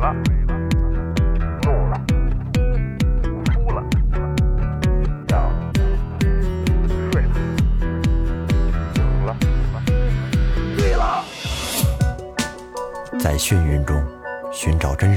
了，怒了，哭了，笑了，睡了，醒了，醉了。在眩晕中寻找真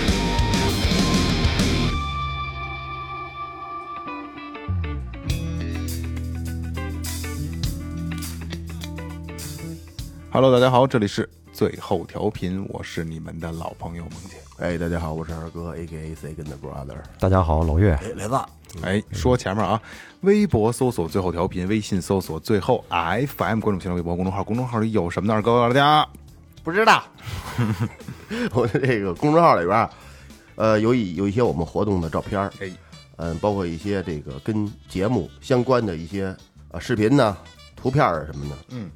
Hello，大家好，这里是最后调频，我是你们的老朋友萌姐。哎，大家好，我是二哥，A K A Second Brother， 大家好，老岳，雷子，哎，说前面啊，微博搜索最后调频，微信搜索最后 FM，关注新浪微博公众号，公众号里有什么呢？二哥告诉大家。不知道。我的这个公众号里边儿，呃，有一有一些我们活动的照片儿，哎嗯、包括一些这个跟节目相关的一些呃视频呢、图片儿啊什么的，嗯，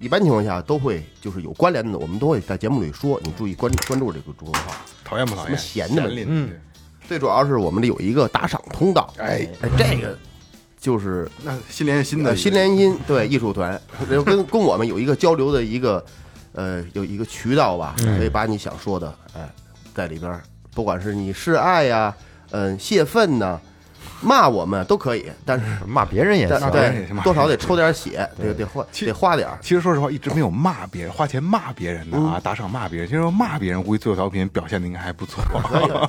一般情况下都会就是有关联的，我们都会在节目里说，你注意关关注这个公众号。讨厌不讨厌？什么闲的问题邻居，最主要是我们这有一个打赏通道，哎，哎，这个就是那新连新呃，的新联姻对艺术团， 然后跟跟我们有一个交流的一个呃有一个渠道吧，可以把你想说的哎在里边儿，不管是你示爱呀、嗯、泄愤呐、骂我们都可以，但是骂别人也但行。别人也对行骂多少得抽点 血，得得花其得花 点儿。其实说实话，一直没有骂别人、花钱骂别人的嗯啊，打赏骂别人。其实骂别人，估计最后调频表现的应该还不错。嗯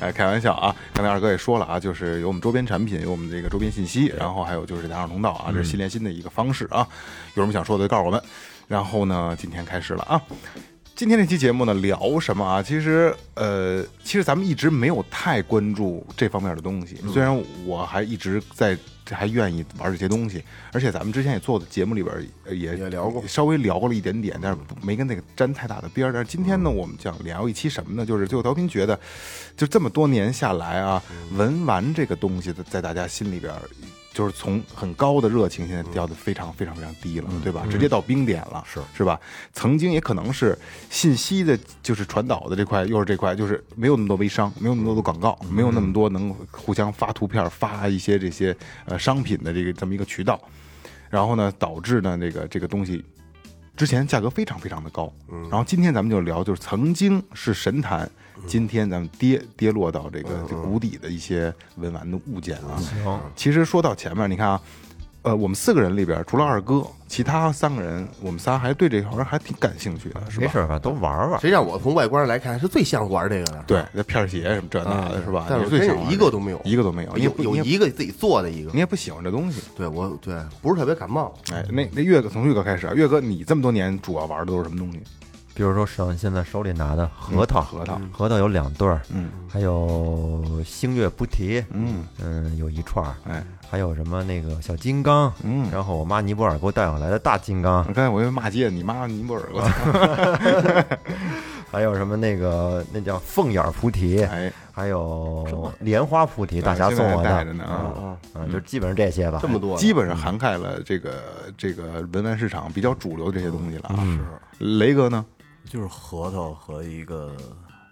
哎，开玩笑啊！刚才二哥也说了啊，就是有我们周边产品，有我们这个周边信息，然后还有就是打赏通道啊，这是新连新的一个方式啊。有什么想说的就告诉我们。然后呢，今天开始了啊。今天这期节目呢，聊什么啊？其实，呃，其实咱们一直没有太关注这方面的东西。嗯虽然我还一直在，还愿意玩这些东西，而且咱们之前也做的节目里边呃也也聊过稍微聊过了一点点，但是没跟那个沾太大的边儿。但是今天呢，嗯我们想聊一期什么呢？就是最后调频觉得，就这么多年下来啊，文玩这个东西的在大家心里边儿。就是从很高的热情，现在掉的非常非常非常低了，对吧？直接到冰点了，是是吧？曾经也可能是信息的，就是传导的这块，又是这块，就是没有那么多微商，没有那么多的广告，没有那么多能互相发图片、发一些这些呃商品的这个这么一个渠道。然后呢，导致呢这个这个东西之前价格非常非常的高，嗯，然后今天咱们就聊，就是曾经是神坛，今天咱们跌跌落到这个这谷底的一些文玩的物件啊。其实说到前面，你看啊，呃，我们四个人里边，除了二哥，其他三个人，我们仨还对这行还挺感兴趣啊的，是吧？没事儿吧，都玩玩。谁让我从外观上来看是最像玩这个的？对，那片儿鞋什么这那的，是吧？但你啊是我最真想是玩一的个都没有一个都没有，你也有不有你也一个自己做的一个你，也不喜欢这东西。对我对不是特别感冒，哎，那那岳哥从岳哥开始啊，岳哥你这么多年主要玩的都是什么东西？比如说手现在手里拿的核桃，嗯核桃核桃有两对儿，嗯，还有星月菩提，嗯嗯，有一串儿，哎，还有什么那个小金刚，嗯然后我妈尼泊尔给我带回来的大金刚，刚才我又骂街，你妈尼泊尔，我操！还有什么那个那叫凤眼儿菩提，哎，还有莲花菩提，大侠送我现在还带着的，呢啊，嗯，就基本上这些吧这。么多呢基本上涵盖了这个这个文玩市场比较主流这些东西了啊。是，雷哥呢？就是核桃和一个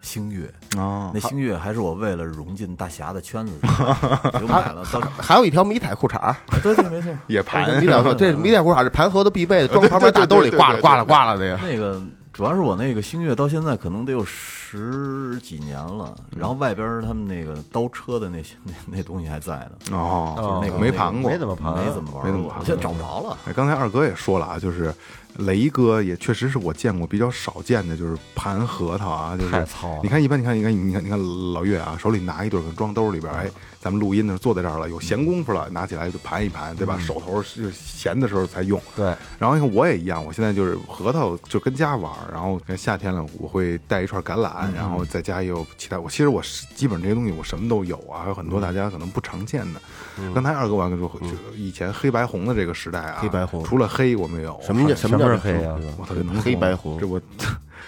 星月。啊那星月还是我为了融进大侠的圈子， 我就买了。到还有一条迷彩裤衩儿，对对，没错，也盘啊迷彩裤这迷彩裤衩是盘盒的必备呃的，装旁边大兜里挂了挂了挂了的呀。那个主要是我那个星月到现在可能得有十几年了，然后外边儿他们那个刀车的那些那那东西还在呢，哦，那个没盘过没。怎么盘，没怎么玩没怎么儿过玩，儿现在找不着了。哎刚才二哥也说了啊，就是雷哥也确实是我见过比较少见的，就是盘核桃啊，就是太糙了你看一般，你看你看你看你看老岳啊，手里拿一对儿，可能装兜里边儿，嗯哎，咱们录音的时候坐在这儿了，有闲工夫了，拿起来就盘一盘，对吧？嗯手头是闲的时候才用。对，然后你看我也一样，我现在就是核桃就跟家玩儿，然后夏天了我会带一串橄嗯榄，然后在家也有其他。我其实我是基本上这些东西我什么都有啊，还有很嗯多大家可能不常见的。刚才二哥完了说，就以前黑白红的这个时代啊，黑白红除了黑我没有，什么叫还什么叫什么是黑啊我操这能说黑吗白红这我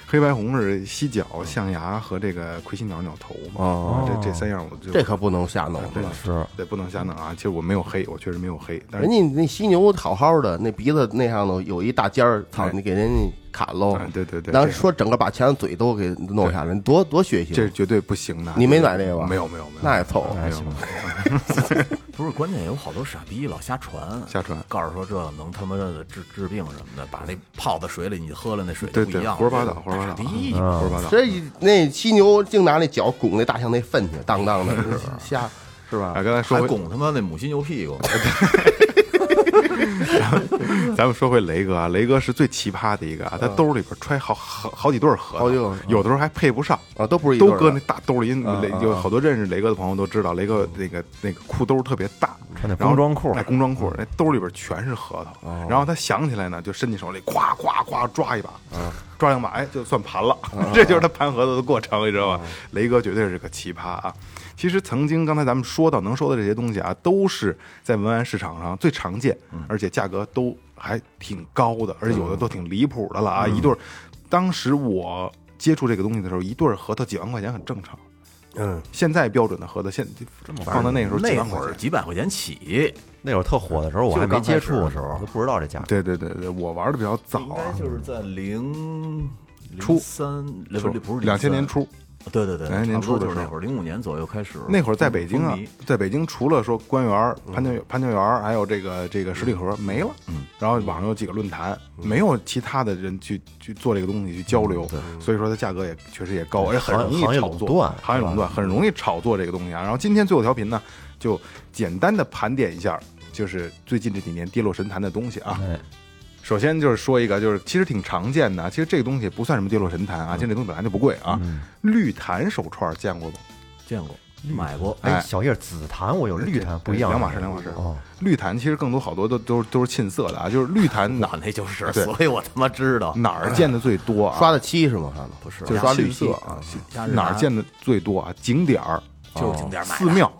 黑白红是犀角、象牙和这个魁星鸟鸟头嘛，啊哦这这三样我就这可不能瞎弄真的了。是对不能瞎弄啊！其实我没有黑，我哎确实没有黑，但是人家那犀牛好好的，那鼻子那上头有一大尖儿，操哎你给人家砍喽啊。对对对然后这说整个把前嘴都给弄下来，你多多血腥。这是哎绝对不行的。你没买那个吧？没有没有没有，那也凑合。没有没有不是，关键有好多傻逼老瞎传，瞎传告诉说这个能他妈的治治病什么的，把那泡到水里，你喝了那水就对不对一，样。胡说八道，胡说八道，傻啊逼！胡说八道。这一那犀牛净拿那脚拱那大象那粪去，当当的， 是吧瞎是吧？啊，刚才说还回拱他妈那母犀牛屁股，咱们说回雷哥啊，雷哥是最奇葩的一个啊，他兜里边揣好好好几对儿核桃嗯好几对儿有的时候还配不上啊都不是一对都儿的搁啊那大兜里。因为雷有好多认识雷哥的朋友都知道，雷哥那个那个裤兜特别大，穿那然后工装裤哦哎，工装裤，那兜里边全是核桃。然后他想起来呢，就伸进手里，咵咵咵抓一把，嗯抓两把，哎，就算盘了。 这就是他盘核桃的过程，你知道吧？嗯雷哥绝对是个奇葩啊！其实曾经刚才咱们说到能说的这些东西啊，都是在文玩市场上最常见，嗯而且价格都还挺高的，而且有的都挺离谱的了嗯啊！一对儿，当时我接触这个东西的时候，一对儿核桃几万块钱很正常。嗯，现在标准的核桃，现放到那时候几那万块会儿钱。几百块钱起，那会儿特火的时候，我还没接触的时啊候，都不知道这价格。对对对对，我玩的比较早应啊该，就是在零初三，不初是不是2000 03年初，对对对， 2000年差初不多的就是时候那会儿，零五年左右开始。那会儿在北京啊风靡，在北京除了说官园儿、潘家园潘家园儿，还有这个这个十里河没了，然后网上有几个论坛，没有其他的人去去做这个东西去交流，所以说它价格也确实也高，而且很行容易行业炒垄作断，行业垄断很容易炒作这个东西啊。然后今天最后调频呢，就简单的盘点一下，就是最近这几年跌落神坛的东西啊。首先就是说一个，就是其实挺常见的啊，其实这个东西也不算什么跌落神坛啊，其实这东西本来就不贵啊。绿檀手串见过吗？见过，买过，哎，哎小叶紫檀我有绿檀不一样，两码事，两码事。哦，绿檀其实更多好多都都都是沁色的啊，就是绿檀哪那那就是，对嗯所以我他妈知道，哪儿见的最多啊？刷的漆是吗？他们不是就是刷绿沁漆色啊，加哪儿拿见的最多啊？景点儿、啊就是景点买寺的。嗯庙，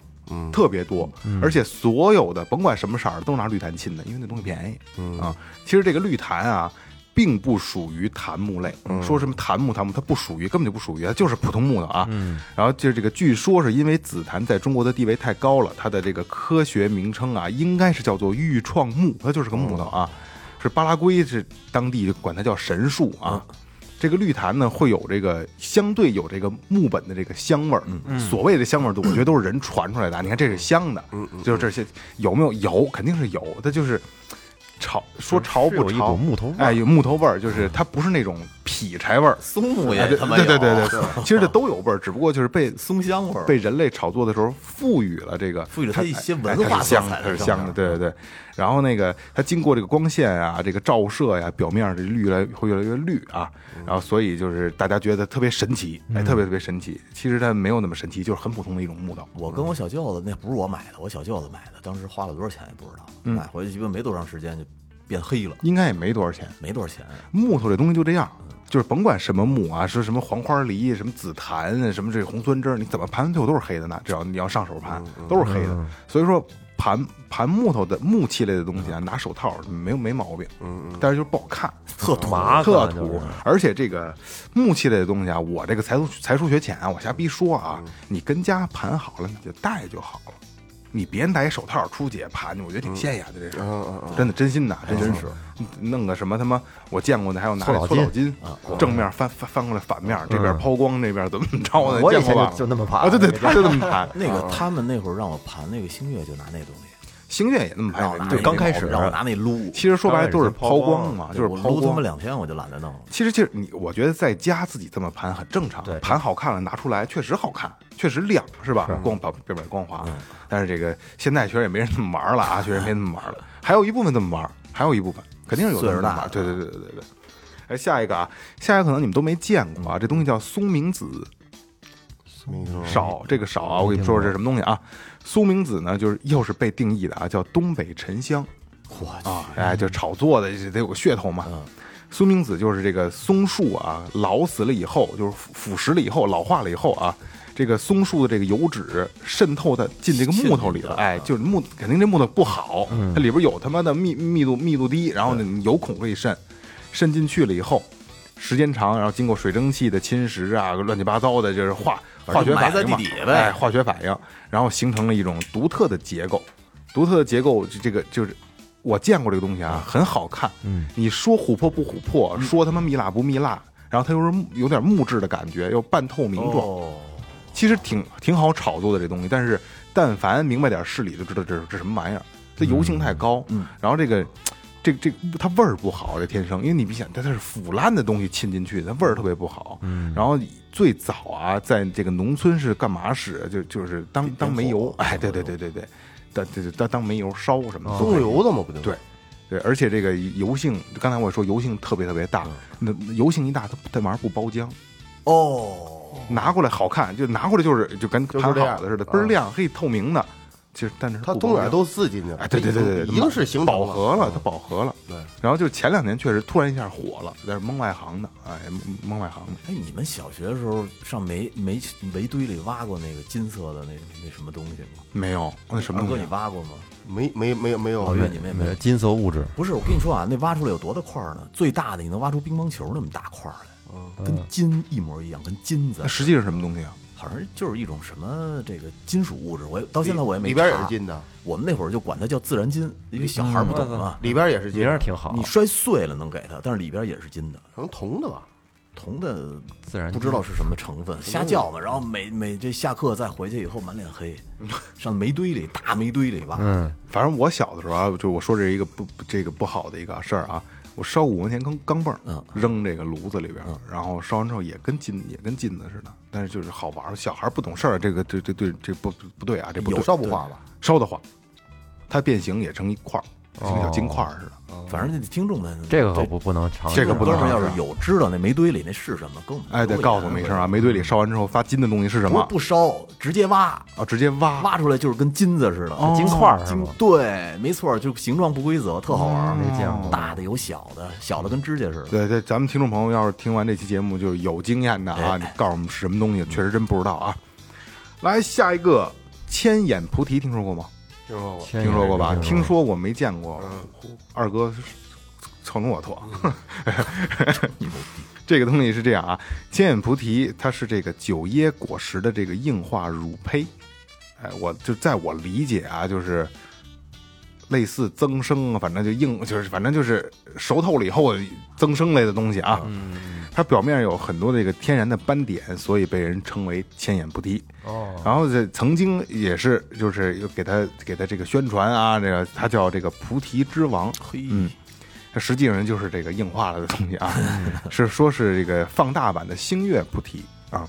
特别多，而且所有的甭管什么色儿的都拿绿檀沁的，因为那东西便宜嗯啊。其实这个绿檀啊。并不属于檀木类，嗯说什么檀木檀木，它不属于，根本就不属于，它就是普通木头啊。嗯然后就是这个，据说是因为紫檀在中国的地位太高了，它的这个科学名称啊，应该是叫做玉创木，它就是个木头哦啊。是巴拉圭是当地管它叫神树啊。嗯这个绿檀呢，会有这个相对有这个木本的这个香味儿。嗯嗯所谓的香味儿，我觉得都是人传出来的啊。你看这是香的，嗯就是这些有没有有，肯定是有，它就是潮说潮是不有一潮股，木头味儿哎，有木头味儿，就是它不是那种劈柴味儿。松木哎也对他妈对对有啊对对， 其实这都有味儿，只不过就是被松香味儿，被人类炒作的时候赋予了这个，赋予了它一些文哎它化是色香的彩，它在是上香的，面对对对。然后那个它经过这个光线啊，这个照射呀、表面这绿来会越来越绿啊，然后所以就是大家觉得特别神奇，哎，特别特别神奇。其实它没有那么神奇，就是很普通的一种木头。我跟我小舅子那不是我买的，我小舅子买的，当时花了多少钱也不知道，嗯买回去鸡巴没多长时间就变黑了，应该也没多少钱，没多少钱。木头这东西就这样，就是甭管什么木啊，说什么黄花梨、什么紫檀、什么这红酸枝儿，你怎么盘最后都是黑的呢？只要你要上手盘，都是黑的。所以说盘盘木头的木器类的东西啊，拿手套没有没毛病，嗯嗯，但是就是不好看，特土麻特烦啊就是土。而且这个木器类的东西啊，我这个才疏才疏学浅啊，我瞎逼说啊，嗯你跟家盘好了你就戴就好了。你别戴手套出去盘去，我觉嗯得挺现眼的这事儿，真的真心的，真是弄个什么他妈我见过的，还有拿搓那老啊搓筋老筋，正面翻翻翻过来反面，这边抛光，那边怎么怎么着嗯的，啊我以见前过吧就就那么盘啊，对对，就那么盘，那个他们那会儿让我盘那个星月，就拿那东西，星月也那么让我盘拿，哎对那刚开始让我拿那撸，其实说白了都是抛光啊嘛，对就是我抛撸他妈光。两天我就懒得弄了。其实其实你，我觉得在家自己这么盘很正常对，盘好看了拿出来确实好看，确实亮是嗯吧？光表表面光滑，但是这个现在确实也没人这么玩了 啊，确实没那么玩了，还有一部分这么玩，还有一部分肯定是有岁数这么大玩，了对对对对对对。哎，下一个啊，下一个可能你们都没见过啊，这东西叫松明子，少这个少啊，我给你们说说这是什么东西啊。松明子呢，就是又是被定义的啊，叫东北沉香我啊，哎，就炒作的这得有个噱头嘛。嗯松明子就是这个松树啊，老死了以后，就是腐腐蚀了以后，老化了以后啊，这个松树的这个油脂渗透到进这个木头里了，哎，就是木肯定这木头不好，嗯它里边有他妈的密密度密度低，然后呢你有孔可以渗，渗进去了以后。时间长，然后经过水蒸气的侵蚀啊，乱七八糟的，就是化化反学正反埋应在嘛地底下呗哎，化学反应，然后形成了一种独特的结构，独特的结构，这这个就是我见过这个东西啊，很好看。嗯，你说琥珀不琥珀，说他妈蜜蜡不蜜蜡，然后它又是木有点木质的感觉，又半透明状，哦，其实挺挺好炒作的这东西。但是但凡明白点事理，就知道这是这什么玩意儿。它油性太高，嗯，然后这个。这这它味儿不好，这天生，因为你别想，它它是腐烂的东西浸进去，它味儿特别不好。嗯，然后最早啊，在这个农村是干嘛使？就就是当当煤油，哎，对对对对对，当当当当煤油烧什么的都可以棕油的嘛，不就？啊对，对，而且这个油性，刚才我说油性特别特别大，那油性一大，它它玩意儿不包浆。哦，拿过来好看，就拿过来就是就跟就是盘这样好的似的，倍儿亮，嗯黑透明的。其实但是它不东包哪浆都自进去了，哎，对对对对，对已经是形成饱和了，它嗯饱和了。对，然后就前两年确实突然一下火了，但是蒙外行的，哎，蒙蒙外行的。哎，你们小学的时候上煤煤煤堆里挖过那个金色的那那什么东西吗？没有，那什么二东哥，西啊哦你？挖过吗？没没没没有老岳，你们也没有。金色物质，不是，我跟你说啊，那挖出来有多大块儿呢？最大的你能挖出乒乓球那么大块儿嗯来，跟金一模一样，跟金子那，实际是什么东西啊？好像就是一种什么这个金属物质。我也到现在我也没里边也查是金的，我们那会儿就管它叫自然金，因为小嗯孩儿不懂啊嘛。里边也是金名的，儿挺好你，摔碎了能给他，但是里边也是金的，可能铜的吧？铜的自然不知道是什么成分，瞎叫嘛。然后每每这下课再回去以后满脸黑， 上煤堆里大煤堆里挖。嗯，反正我小的时候啊，就我说这是一个不不这个不好的一个事儿啊，我烧五块钱钢钢镚儿，嗯扔这个炉子里边儿，然后烧完之后也跟金也跟金子似的，但是就是好玩儿，小孩儿不懂事儿，这个这这对这不不对啊，这不对有烧不化吧？烧的化，它变形也成一块儿，哦像小金块儿似的。反正这听众们，这个可不不能尝试，这个不哥能们儿要尝是试有知道那煤堆里那是什么，跟我们哎，得说一下告诉我们一声啊，煤堆里烧完之后发金的东西是什不么是？不烧，直接挖，啊，哦直接挖。挖出来就是跟金子似的，金块儿是吗？对，没错，就形状不规则，特好玩哦儿。没见过大的有小的，小的跟指甲似 的。对对，咱们听众朋友要是听完这期节目就是有经验的啊，哎你告诉我们是什么东西，确实真不知道啊。来下一个，千眼菩提听说过吗？听说过听听说过嗯吧？听听说我没见过。二哥是蹭我错。 这个东西是这样啊，千眼菩提它是这个九椰果实的这个硬化乳胚，哎，我就在我理解啊，就是类似增生啊，反正就硬，就是反正就是熟透了以后增生类的东西啊。它表面有很多这个天然的斑点，所以被人称为千眼菩提。哦，然后这曾经也是，就是有给他给他这个宣传啊，这个他叫这个菩提之王，嘿，它实际上就是这个硬化了的东西啊，是说是这个放大版的星月菩提啊。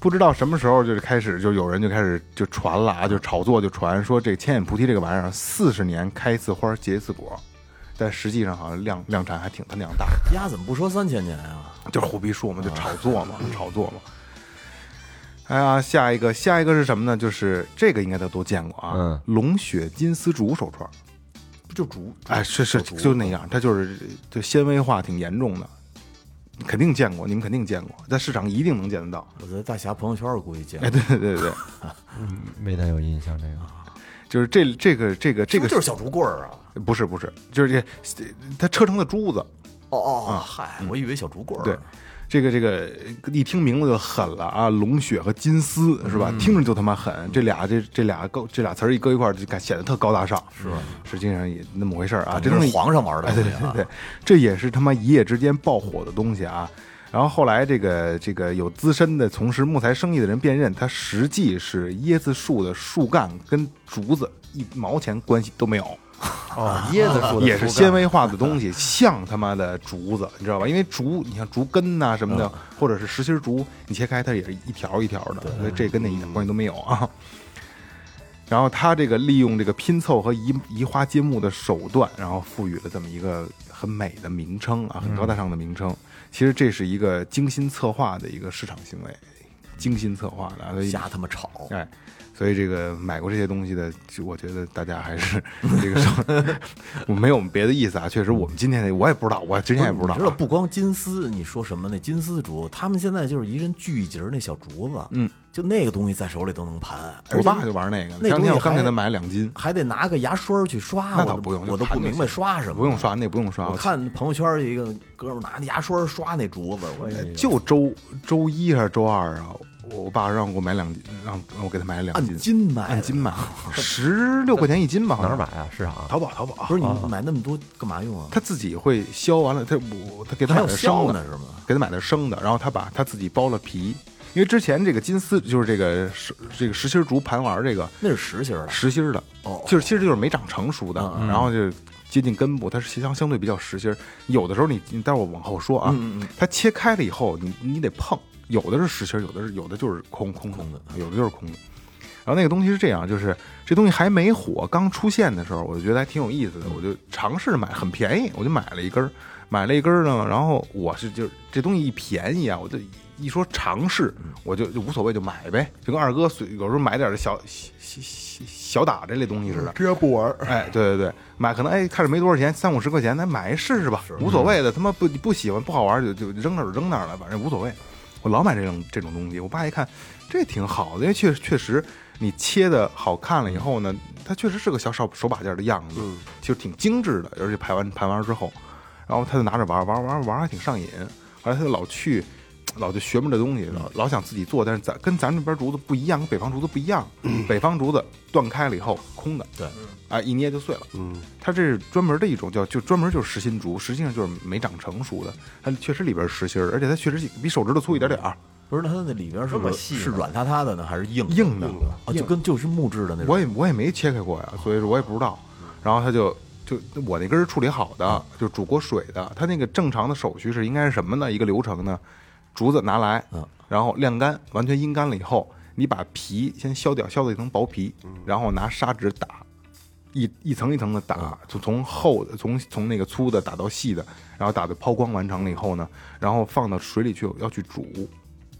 不知道什么时候就是开始，就有人就开始就传了啊，就炒作就传说这千眼菩提这个玩意儿四十年开一次花结一次果，但实际上好像量量产还挺它量大的。鸭怎么不说三千年啊？就是胡逼说嘛，就炒作嘛，炒作嘛。哎呀，下一个，下一个是什么呢？就是这个应该都都见过啊，嗯龙血金丝竹手串儿，不就竹？哎，是是，竹就那样，它就是就纤维化挺严重的，肯定见过，你们肯定见过，在市场一定能见得到。我在大侠朋友圈儿估计见哎，过，对对对对，嗯没太有印象这个， 就是这这个这个这是个不是就是小竹棍儿啊？不是不是，就是这它车成的珠子，哦哦，嗨，我以为小竹棍儿。对，这个这个一听名字就狠了啊，龙血和金丝是嗯吧？听着就他妈狠，这俩这这俩高这俩词儿一搁一块儿，就感显得特高大上，是实际上也那么回事儿啊。这这东都西是皇上玩的哎，东对西对啊对，对，这也是他妈一夜之间爆火的东西啊。然后后来这个这个有资深的从事木材生意的人辨认，它实际是椰子树的树干跟竹子一毛钱关系都没有。哦，椰子树的也是树干纤维化 的东西，像他妈的竹子，你知道吧？因为竹，你像竹根呐、什么嗯的，或者是实心竹，你切开它也是一条一条的，所以这跟那嗯一点关系都没有啊。然后它这个利用这个拼凑和移移花接木的手段，然后赋予了这么一个很美的名称啊，很高嗯大上的名称。其实这是一个精心策划的一个市场行为，精心策划的啊，所以瞎他妈炒。哎，所以这个买过这些东西的，就我觉得大家还是这个稍微， 我没有别的意思啊。确实，我们今天我也不知道，我之前也不知道你知道啊。不光金丝，你说什么那金丝竹，他们现在就是一人锯一节儿那小竹子，嗯，就那个东西在手里都能盘。我而且爸就玩那个，那前两东天西我刚给他还买了两斤，还得拿个牙刷儿去刷，那我倒都不用，我就都不盘就明白行刷什么，不用刷，那不用刷。我看朋友圈儿一哎个哥们儿拿着牙刷刷那竹子，我也就周周一还是周二啊，我爸让我买两斤，让让我给他买了两按斤，斤买的，按斤买，十六块钱一斤吧，好哪像儿买啊？市场？淘宝，淘宝。不是你买那么多干嘛用啊？他自己会削完了，他我他给他还买有的削生的是吗给他买的生的，然后他把他自己剥了皮，因为之前这个金丝就是这个石这个石心竹盘丸这个那是实心儿的，实心儿的，啊哦嗯就是其实就是没长成熟的，然后就接近根部，它是相相对比较实心儿。有的时候你你待会儿往后说啊，嗯它切开了以后，你你得碰，有的是实心儿，有的是有的就是空空空的，嗯有的就是空的。然后那个东西是这样，就是这东西还没火，刚出现的时候，我就觉得还挺有意思的，我就尝试买，很便宜，我就买了一根儿，买了一根儿呢，然后我是就是这东西一便宜啊，我就一说尝试，我就就无所谓就买呗，就跟二哥随有时候买点儿小小小小小打这类东西似的，这不玩哎，对对对，买可能哎看着没多少钱，三五十块钱，咱买一试试吧，无所谓的。他妈不不喜欢不好玩就就扔那儿扔那儿了，反正无所谓。我老买这种这种东西，我爸一看这挺好的，因为确确实你切的好看了以后呢，它确实是个小手手把件的样子，就挺精致的，而且排完盘完之后，然后他就拿着玩玩玩玩还挺上瘾，后来他就老去。老就学摸这东西，老老想自己做，但是咱跟咱们这边竹子不一样，跟北方竹子不一样。北方竹子断开了以后空的，对，啊，一捏就碎了。嗯，它这是专门的一种叫，就专门就是实心竹，实际上就是没长成熟的，它确实里边是实心儿，而且它确实比手指头粗一点点儿，不是那它那里边是么细呢是软塌塌的呢，还是硬硬的。啊？就跟就是木质的那种。我也我也没切开过呀，所以说我也不知道。然后他就就我那根儿处理好的，就煮过水的，他那个正常的手续是应该是什么呢？一个流程呢？竹子拿来，然后晾干，完全阴干了以后，你把皮先削掉，削了一层薄皮，然后拿砂纸打，一一层一层的打，就从厚的从从那个粗的打到细的，然后打的抛光完成了以后呢，然后放到水里去要去煮，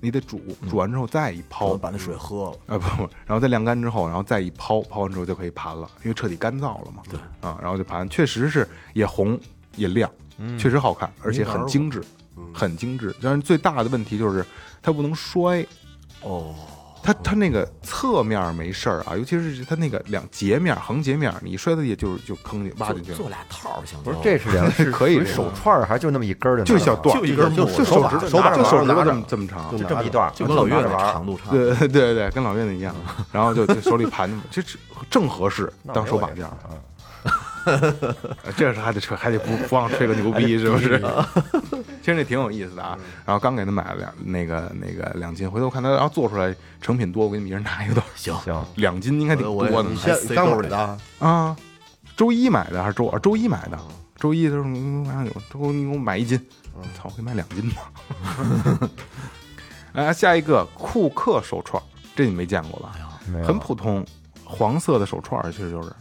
你得煮，煮完之后再一我抛，把那水喝了，啊不不，然后再晾干之后，然后再一抛，抛完之后就可以盘了，因为彻底干燥了嘛。对啊，然后就盘，确实是也红也亮，确实好看，而且很精致，很精致。但是最大的问题就是它不能摔，哦，它它那个侧面没事儿啊，尤其是它那个两截面横截面，你一摔到地下就是就坑里挖进去了，做做俩套儿行吗？不哦是，这是两是 可以属于的手串儿，还是就那么一根儿的呢？就一小段儿，就一根木就头就手指手把就手指头拿着这么这么长，啊就这么一段儿，就跟老岳拿着那玩儿长度差不多。对 对对对，跟老岳的一样， 然后就就手里盘着嘛， 这这正合适那当没手我把这件儿。啊。呃 这是还得吹，还得不不忘吹个牛逼，是不是？ 其实那挺有意思的啊。然后刚给他买了两那个那个两斤，回头看他然后做出来成品多，我给你们一人拿一个多少？行，行，两斤应该挺我多的你我也现还塞刚兜买里的啊，啊。周一买的还是周啊二？周一买的。周一他说：“嗯哎呦周你给我买一斤。”嗯操，我给你买两斤吧。 啊，下一个库克手串，这你没见过哎吧？没有很普通，黄色的手串，其实就是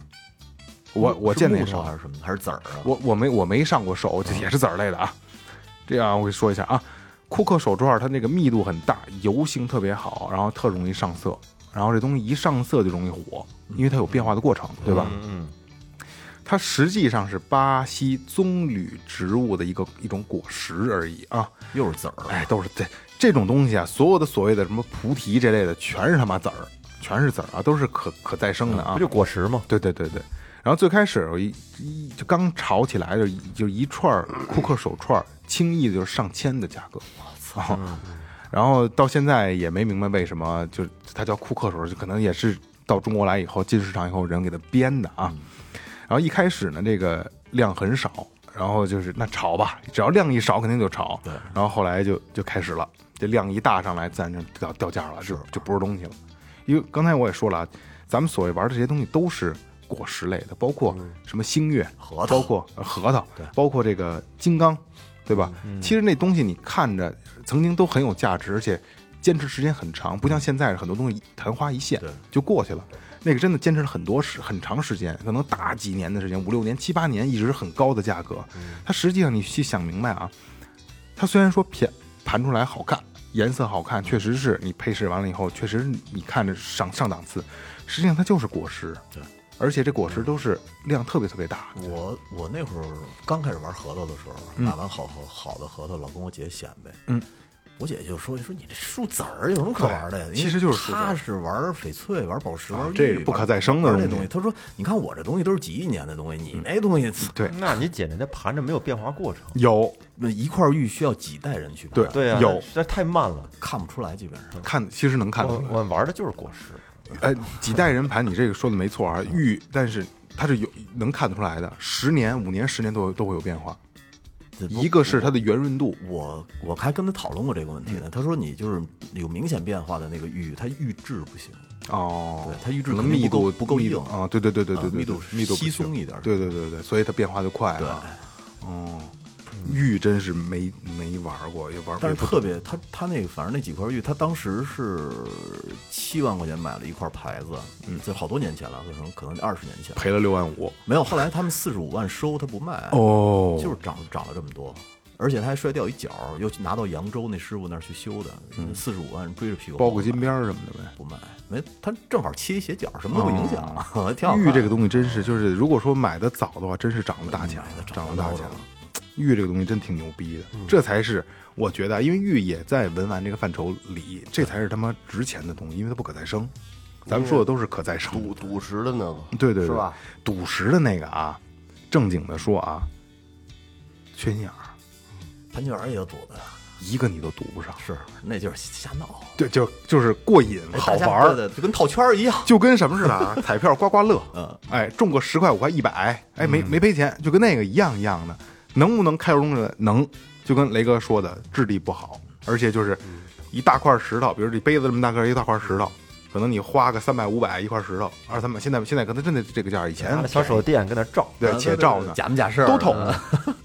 我我是见木那头少还。是什么的，还是籽儿啊？我我没我没上过手，这也是籽儿类的啊。这样我给说一下啊，库克手串它那个密度很大，油性特别好，然后特容易上色，然后这东西一上色就容易火，因为它有变化的过程，对吧？嗯它实际上是巴西棕榈植物的一个一种果实而已啊。又是籽儿，哎，都是这这种东西啊，所有的所谓的什么菩提这类的，全是他妈籽儿，全是籽儿啊，都是可可再生的啊。嗯，不就果实吗？对对对对。然后最开始我一一就刚炒起来，就一就一串儿库克手串儿，轻易就是上千的价格，我操！然后到现在也没明白为什么，就是它叫库克手，就可能也是到中国来以后进市场以后人给它编的啊。然后一开始呢，这个量很少，然后就是那炒吧，只要量一少肯定就炒。对。然后后来就就开始了，这量一大上来，自然就掉掉价了，就就不是东西了。因为刚才我也说了啊，咱们所谓玩的这些东西都是果实类的，包括什么星月、核桃包括呃核桃，包括这个金刚，对吧？嗯其实那东西你看着曾经都很有价值，而且坚持时间很长，不像现在很多东西昙花一现就过去了。那个真的坚持了很多时很长时间，可能大几年的时间，五六年、七八年，一直是很高的价格。嗯它实际上你去想明白啊，它虽然说盘盘出来好看，颜色好看，确实是你配饰完了以后，确实你看着上上档次，实际上它就是果实。对，而且这果实都是量特别特别大的。我我那会儿刚开始玩核桃的时候，买完好核好的核桃，老跟我姐显摆，嗯，我姐就说：“说你这数字儿有什么可玩的呀？对因为其实就是数字儿啊她是玩翡翠、玩宝石、玩玉，这是不可再生的玩这东东西嗯西。她说：你看我这东西都是几亿年的东西，你那东西操对那你捡人家盘着没 有变化过程，有那一块玉需要几代人去对盘对啊，有实在太慢了。看不出来，基本上看，其实能看我出来。我玩的就是果实，哎，几代人盘，你这个说的没错啊，玉，但是它是有能看得出来的，十年、五年、十年都有都会有变化。这不一个是它的圆润度，我我还跟他讨论过这个问题嗯呢。他说你就是有明显变化的那个玉，它玉质不行，哦，对它预制可能肯定密不够度不够密度硬啊，对对对对啊对对，密度密度不稀松行一点儿对对对对，所以它变化就快对，啊。哦，玉真是没没玩过，也玩，但也是不特别他他那反正那几块玉，他当时是七万块钱买了一块牌子，嗯，这好多年前了，可能可能二十年前赔了六万五。没有。后来他们四十五万收，他不卖，哦就是涨涨了这么多。而且他还摔掉一角，又拿到扬州那师傅那儿去修的，四十五万追着屁股嗯包个金边儿什么的呗。不卖，没他正好切一斜角，什么都不影响， 挺好看哦玉的。这个东西真是，就是如果说买的早的话，真是涨了大钱买得了，早涨了大钱了嗯了。玉这个东西真挺牛逼的，这才是我觉得啊，因为玉也在文玩这个范畴里，这才是他妈值钱的东西，因为它不可再生。咱们说的都是可再生赌的，赌石的那个，对对对，是吧？赌石的那个啊，正经的说啊，缺心眼儿，潘金莲也有赌的，一个你都赌不上。是那就是瞎闹，对，就就是过瘾，哎好大家玩儿，对对，就跟套圈儿一样。就跟什么似的啊，彩票刮刮乐，嗯，哎，中个十块五块一百，哎，没没赔钱，就跟那个一样一样的，能不能开容的能，就跟雷哥说的，质地不好，而且就是一大块石头，比如这杯子这么大个儿一大块石头，可能你花个三百五百一块石头，二三百，现在现在可能真的这个价儿，以前拿着哎啊小手电跟那照， 对啊且照呢，假模假式儿啊都透，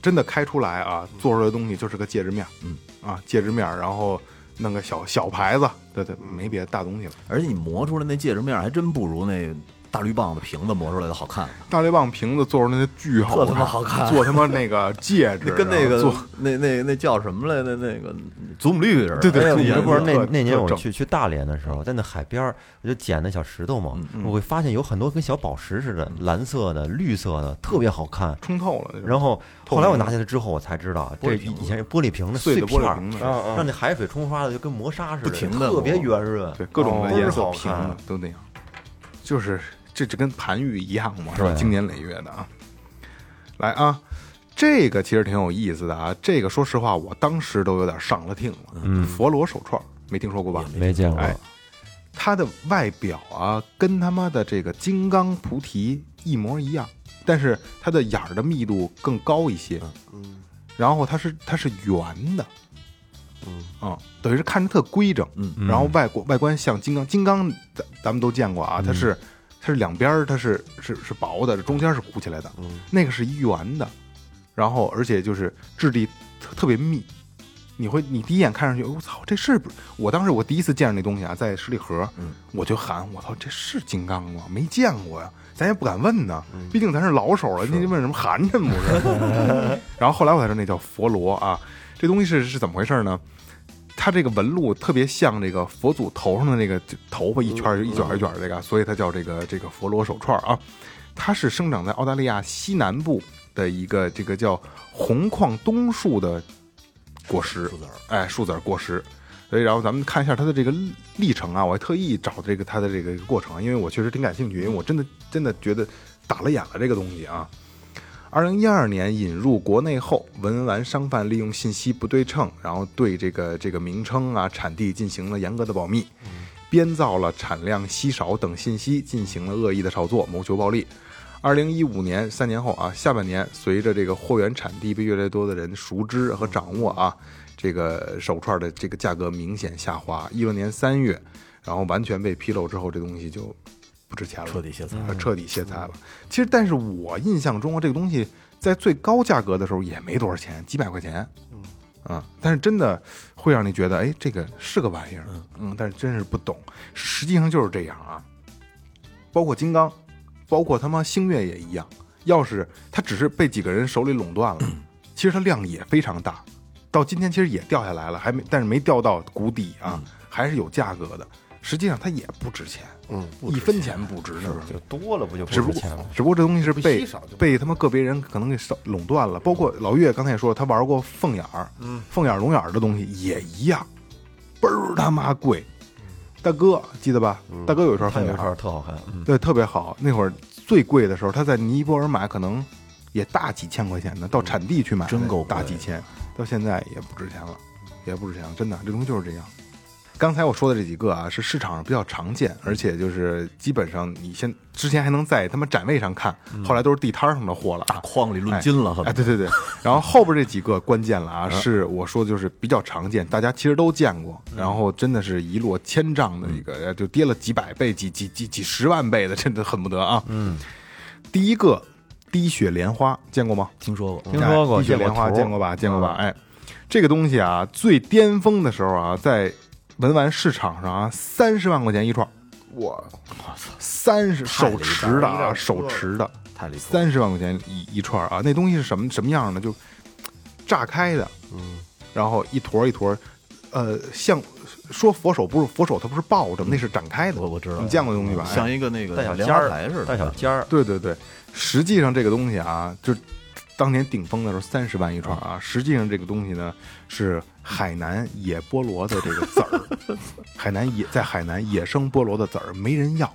真的开出来啊，做出来的东西就是个戒指面，嗯啊，戒指面，然后弄个小小牌子，对对，没别的大东西了。而且你磨出来那戒指面儿还真不如那大绿棒子瓶子磨出来的好看，大力棒瓶子做出来那巨好看，特他妈好看做他妈那个戒指， 跟那然后个做那那那叫什么来着？那个祖母绿似的。对对哎呀，祖你母这绿不是那特那年特我正去去大连的时候，在那海边儿，我就捡那小石头嘛，我会发现有很多跟小宝石似的，蓝色的、绿色的，特别好看。冲透了那种，然后透后来我明的拿下来之后，我才知道玻这璃瓶以前是玻璃瓶的啊碎的玻片璃儿瓶，子，让那海水冲刷的就跟磨砂似不停地特别磨圆润。对各哦种的倍儿颜色好瓶看子都那样，就是这这跟盘玉一样嘛，是对吧？经年累月的啊。来啊，这个其实挺有意思的啊，这个说实话，我当时都有点上了听了。嗯，佛罗手串没听说过吧？没见过，哎它的外表啊，跟他妈的这个金刚菩提一模一样，但是它的眼儿的密度更高一些。嗯，然后它是它是圆的，嗯等于是看着特规整。嗯，然后外国外观像金刚，金刚咱咱们都见过啊，它是、它是两边儿它是是是薄的，中间是鼓起来的，那个是一圆的，然后而且就是质地特特别密，你会你第一眼看上去，我、操，这是不是？我当时我第一次见着那东西啊，在十里河，我就喊我操，这是金刚吗？没见过呀，咱也不敢问呢，毕竟咱是老手了，你问什么寒碜不是？然后后来我才知道那叫佛罗啊，这东西是是怎么回事呢？它这个纹路特别像这个佛祖头上的那个头发一圈嗯儿一卷儿一卷儿这个，所以它叫这个这个佛罗手串儿啊。它是生长在澳大利亚西南部的一个这个叫红矿冬树的果实，树籽儿哎，树籽儿果实。所以，然后咱们看一下它的这个历历程啊，我还特意找这个它的这个过程啊，因为我确实挺感兴趣，因为我真的真的觉得打了眼了这个东西啊。二零一二年引入国内后，文玩商贩利用信息不对称，然后对这个这个名称啊、产地进行了严格的保密，编造了产量稀少等信息，进行了恶意的炒作，谋求暴利。二零一五年三年后啊，下半年随着这个货源产地被越来越多的人熟知和掌握啊，这个手串的这个价格明显下滑。一六年三月，然后完全被披露之后，这东西就不值钱了，彻底卸载呃彻底卸载了。其实，但是我印象中啊，这个东西在最高价格的时候也没多少钱，几百块钱。嗯，但是真的会让你觉得，哎，这个是个玩意儿，嗯，但是真是不懂，实际上就是这样啊。包括金刚，包括他妈星月也一样，要是它只是被几个人手里垄断了，其实它量也非常大，到今天其实也掉下来了，还没，但是没掉到谷底啊，还是有价格的。实际上它也不值钱，嗯，一分钱不值呢。就多了不就不只不值过钱了？只不过这东西是被稀少就被他妈个别人可能给少垄断了。包括老岳刚才也说了，他玩过凤眼儿，凤眼儿、龙眼儿的东西也一样，倍儿他妈贵。大哥记得吧？大哥有一串它凤嗯有一眼串号，特好看，嗯，对，特别好。那会儿最贵的时候，他在尼泊尔买可能也大几千块钱呢，到产地去买嗯真够贵大几千，到现在也不值钱了，也不值钱了，真的，这东西就是这样。刚才我说的这几个啊，是市场上比较常见，而且就是基本上你先之前还能在他们展位上看，嗯后来都是地摊儿上的货了啊。筐里论斤了，恨不哎，得对对对，然后后边这几个关键了啊，是我说就是比较常见，大家其实都见过，然后真的是一落千丈的一个，呃就跌了几百倍、几几几几十万倍的，真的恨不得啊。嗯，第一个滴血莲花见过吗？听说过。听说过，哎滴血见过莲花图嗯见过吧？见过吧？哎，这个东西啊，最巅峰的时候啊，在文玩市场上啊，三十万块钱一串儿，我三十手持的了啊，手持的。太离谱了，三十万块钱一一串儿啊，那东西是什么什么样的？就炸开的，嗯，然后一坨一坨，呃，像说佛手不是佛手，它不是抱着，那是展开的。我我知道你见过东西吧？像一个那个带小莲尖花儿台似的，带小尖儿，对对对，实际上这个东西啊，就是当年顶峰的时候三十万一串啊，实际上这个东西呢是海南野菠萝的这个籽 儿，海南野在海南野生菠萝的籽儿没人要。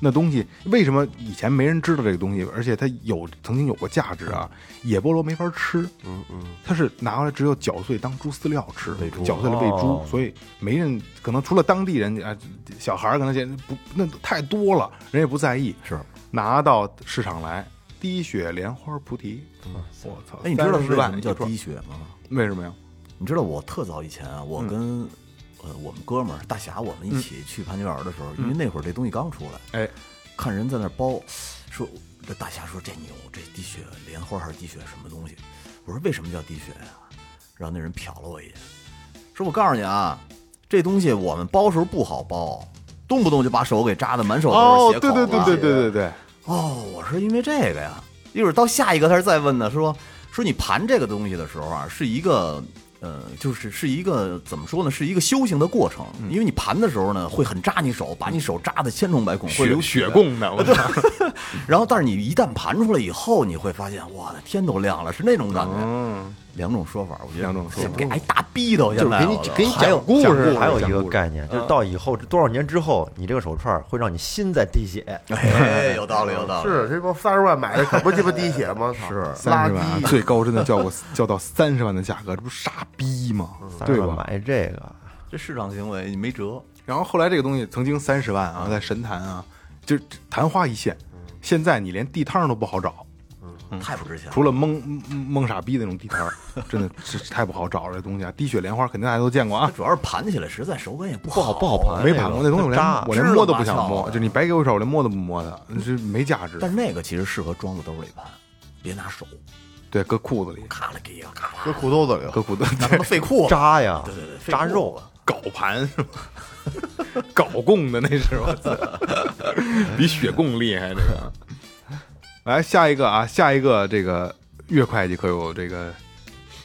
那东西为什么以前没人知道这个东西，而且它有曾经有过价值啊？野菠萝没法吃，嗯嗯，它是拿过来只有搅碎当猪饲料吃，搅碎了喂猪，哦所以没人可能除了当地人啊，小孩儿可能现在不那太多了，人也不在意，是拿到市场来，滴血莲花菩提，我操！哎，你知道为十什万么叫一串滴血吗？为什么呀？你知道我特早以前啊，我跟、呃我们哥们儿大侠，我们一起去潘家园的时候，因为那会儿这东西刚出来，哎，看人在那儿包，说这大侠说这牛，这滴血莲花还是滴血什么东西？我说为什么叫滴血呀、然后那人瞟了我一眼，说我告诉你啊，这东西我们包时候不好包，动不动就把手给扎的满手都哦是，血口对对对了对对对对，哦，我是因为这个呀。一会儿到下一个，他是再问的，说说你盘这个东西的时候啊，是一个呃，就是是一个怎么说呢，是一个修行的过程。嗯因为你盘的时候呢，会很扎你手，把你手扎的千疮百孔，会血流血。供的，我操！然后，但是你一旦盘出来以后，你会发现，哇，天都亮了，是那种感觉。嗯，两种说法，我觉得两种说法给挨大逼斗，现就是在给你我都给你还有讲故事，还有一讲个故事概念，就是到以后多少年之后，你这个手串会让你心在滴血，哎，有道理，有道理。 是这不三十万买的可不鸡巴滴血吗？是三垃十万啊，圾。最高真的叫过叫到三十万的价格，这不是傻逼吗？对咱们吧？买这个，这市场行为你没辙。然后后来这个东西曾经三十万啊，在神坛啊，就昙花一现，现在你连地摊上都不好找。太不值钱了。除了蒙蒙蒙傻逼那种地摊儿， 真的是太不好找了。这东西啊，滴血莲花肯定大家都见过啊它，主要是盘起来实在手感也不不好不好盘，没盘过那东西，我扎连我连支了摸都麻不想跳摸，的就你白给我一手，我连摸都不摸它，这没价值但。是那个其实适合装在兜里盘，别拿手，对，搁裤子里，咔啦给呀，咔啦，搁裤兜子里了，搁裤子拿他妈废裤，扎呀，对对对，废裤扎肉，啊，搞盘是吧？搞供的那是我操， 比血供厉害这个。来下一个啊，下一个这个岳会计可有这个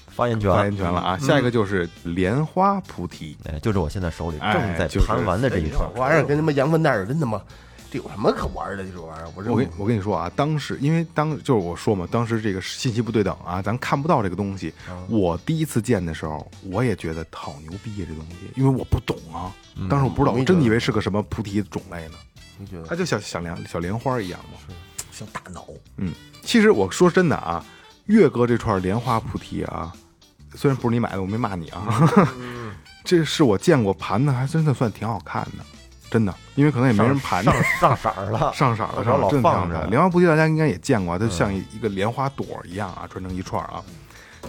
发言权，发言权了啊。下一个就是莲花菩提，哎，就是我现在手里正哎在就是盘完的这一哎串，玩意儿跟他妈洋粪蛋儿真他妈，这有什么可玩的？这种玩意儿，我这我跟我跟你说啊，当时因为当就是我说嘛，当时这个信息不对等啊，咱看不到这个东西。嗯我第一次见的时候，我也觉得好牛逼呀、这东西，因为我不懂啊，嗯当时我不知道，没我真辙以为是个什么菩提种类呢，你觉得它就像小莲小莲花一样嘛。像大脑，嗯，其实我说真的啊，岳哥这串莲花菩提啊，虽然不是你买的，我没骂你啊，嗯 这是我见过盘的，还真的算挺好看的，真的，因为可能也没人盘着上。上色儿了，上色上色儿了，上色老真的挺好放看着，莲花菩提大家应该也见过，它像一一个莲花朵一样啊，穿成一串啊。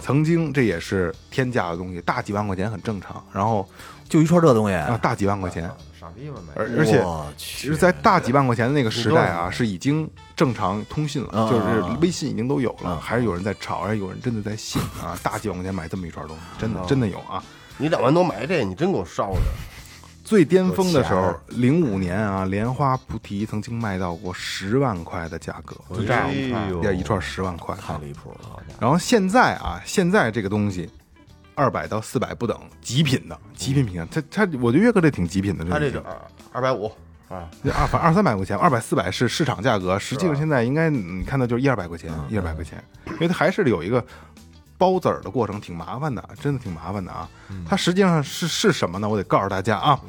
曾经这也是天价的东西，大几万块钱很正常。然后就一串这东西，啊，大几万块钱，傻逼吗？买而而且我其去实，在大几万块钱的那个时代你多啊，是已经正常通信了，啊就是微信已经都有了，啊还是有人在炒，还是有人真的在信啊！大几万块钱买这么一串东西，真的真的有啊！你两万多买这，你真给我烧的，最巅峰的时有候钱，啊零五年啊，莲花菩提曾经卖到过十万块的价格，就这样哎一串，呦要一串十万块，太离谱了，然后现在啊，现在这个东西，二百到四百不等，极品的，极品品相。它它，我觉得岳哥这挺极品的，他这这种二百五啊，二百二三百块钱，二百四百是市场价格，实际上现在应该你看到就是一二百块钱，一二百块钱，因为它还是有一个包籽儿的过程挺麻烦的，真的挺麻烦的啊。它实际上是是什么呢？我得告诉大家啊，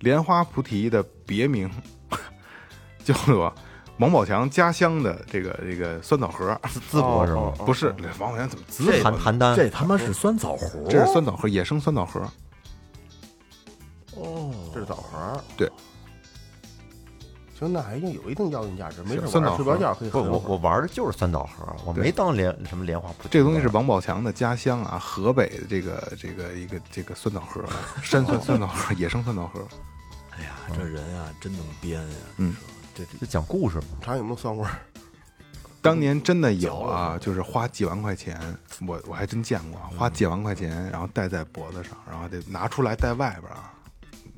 莲花菩提的别名叫做王宝强家乡的这个这个酸枣核，淄博是吗？不是王宝强怎么淄邯博呢？邯郸，这他妈是酸枣核，这是酸枣核，野生酸枣核。哦这是枣核儿。对，行，那还应有一定药用价值，没事是儿酸晚枣上睡不核着觉可以不是喝一我会儿我玩的就是三岛盒，我对没当莲什么莲花谱。这个东西是王宝强的家乡啊，河北的这个这个一个这个酸枣核，山酸酸枣核，野生酸枣核。哎呀，这人啊，真能编呀！嗯这这就讲故事嘛，尝有没有蒜味儿？当年真的有啊，嗯就是花几万块钱，我我还真见过啊，花几万块钱，然后戴在脖子上，然后得拿出来戴外边啊，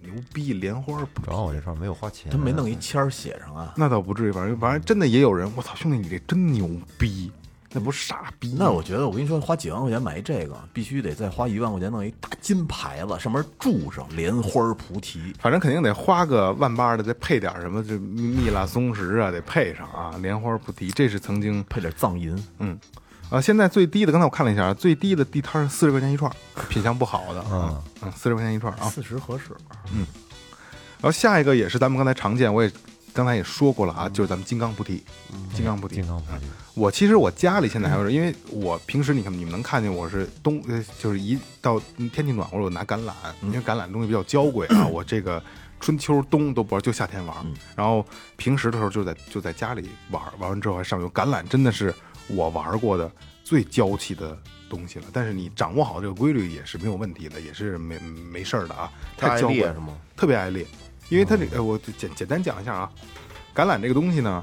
牛逼莲花儿不主要我这上没有花钱，他没弄一签儿写上啊。那倒不至于，反正反正真的也有人，我操，兄弟你这真牛逼，那不是傻逼吗？嗯那我觉得，我跟你说，花几万块钱买一这个，必须得再花一万块钱弄一大金牌子，上面注上“莲花菩提反正肯定得花个万八的，再配点什么这蜜蜡松石啊，得配上啊，莲花菩提，这是曾经”，配点藏银。嗯，啊，现在最低的，刚才我看了一下，最低的地摊是四十块钱一串儿，品相不好的啊，嗯，四十块钱一串儿啊。四十合适，然后下一个也是咱们刚才常见，我也刚才也说过了啊，就是咱们金刚菩提，金刚菩提金。刚菩提我其实我家里现在还有，因为我平时你看你们能看见我是冬，呃就是一到天气暖和了，我拿橄榄，因为嗯橄榄东西比较娇贵啊，我这个春秋冬都不玩，就夏天玩。嗯然后平时的时候就在就在家里玩，玩完之后还上油。橄榄真的是我玩过的最娇气的东西了，但是你掌握好这个规律也是没有问题的，也是没没事儿的啊。它太娇爱贵烈是吗？哦特别爱烈，因为它这个我就简简单讲一下啊，橄榄这个东西呢，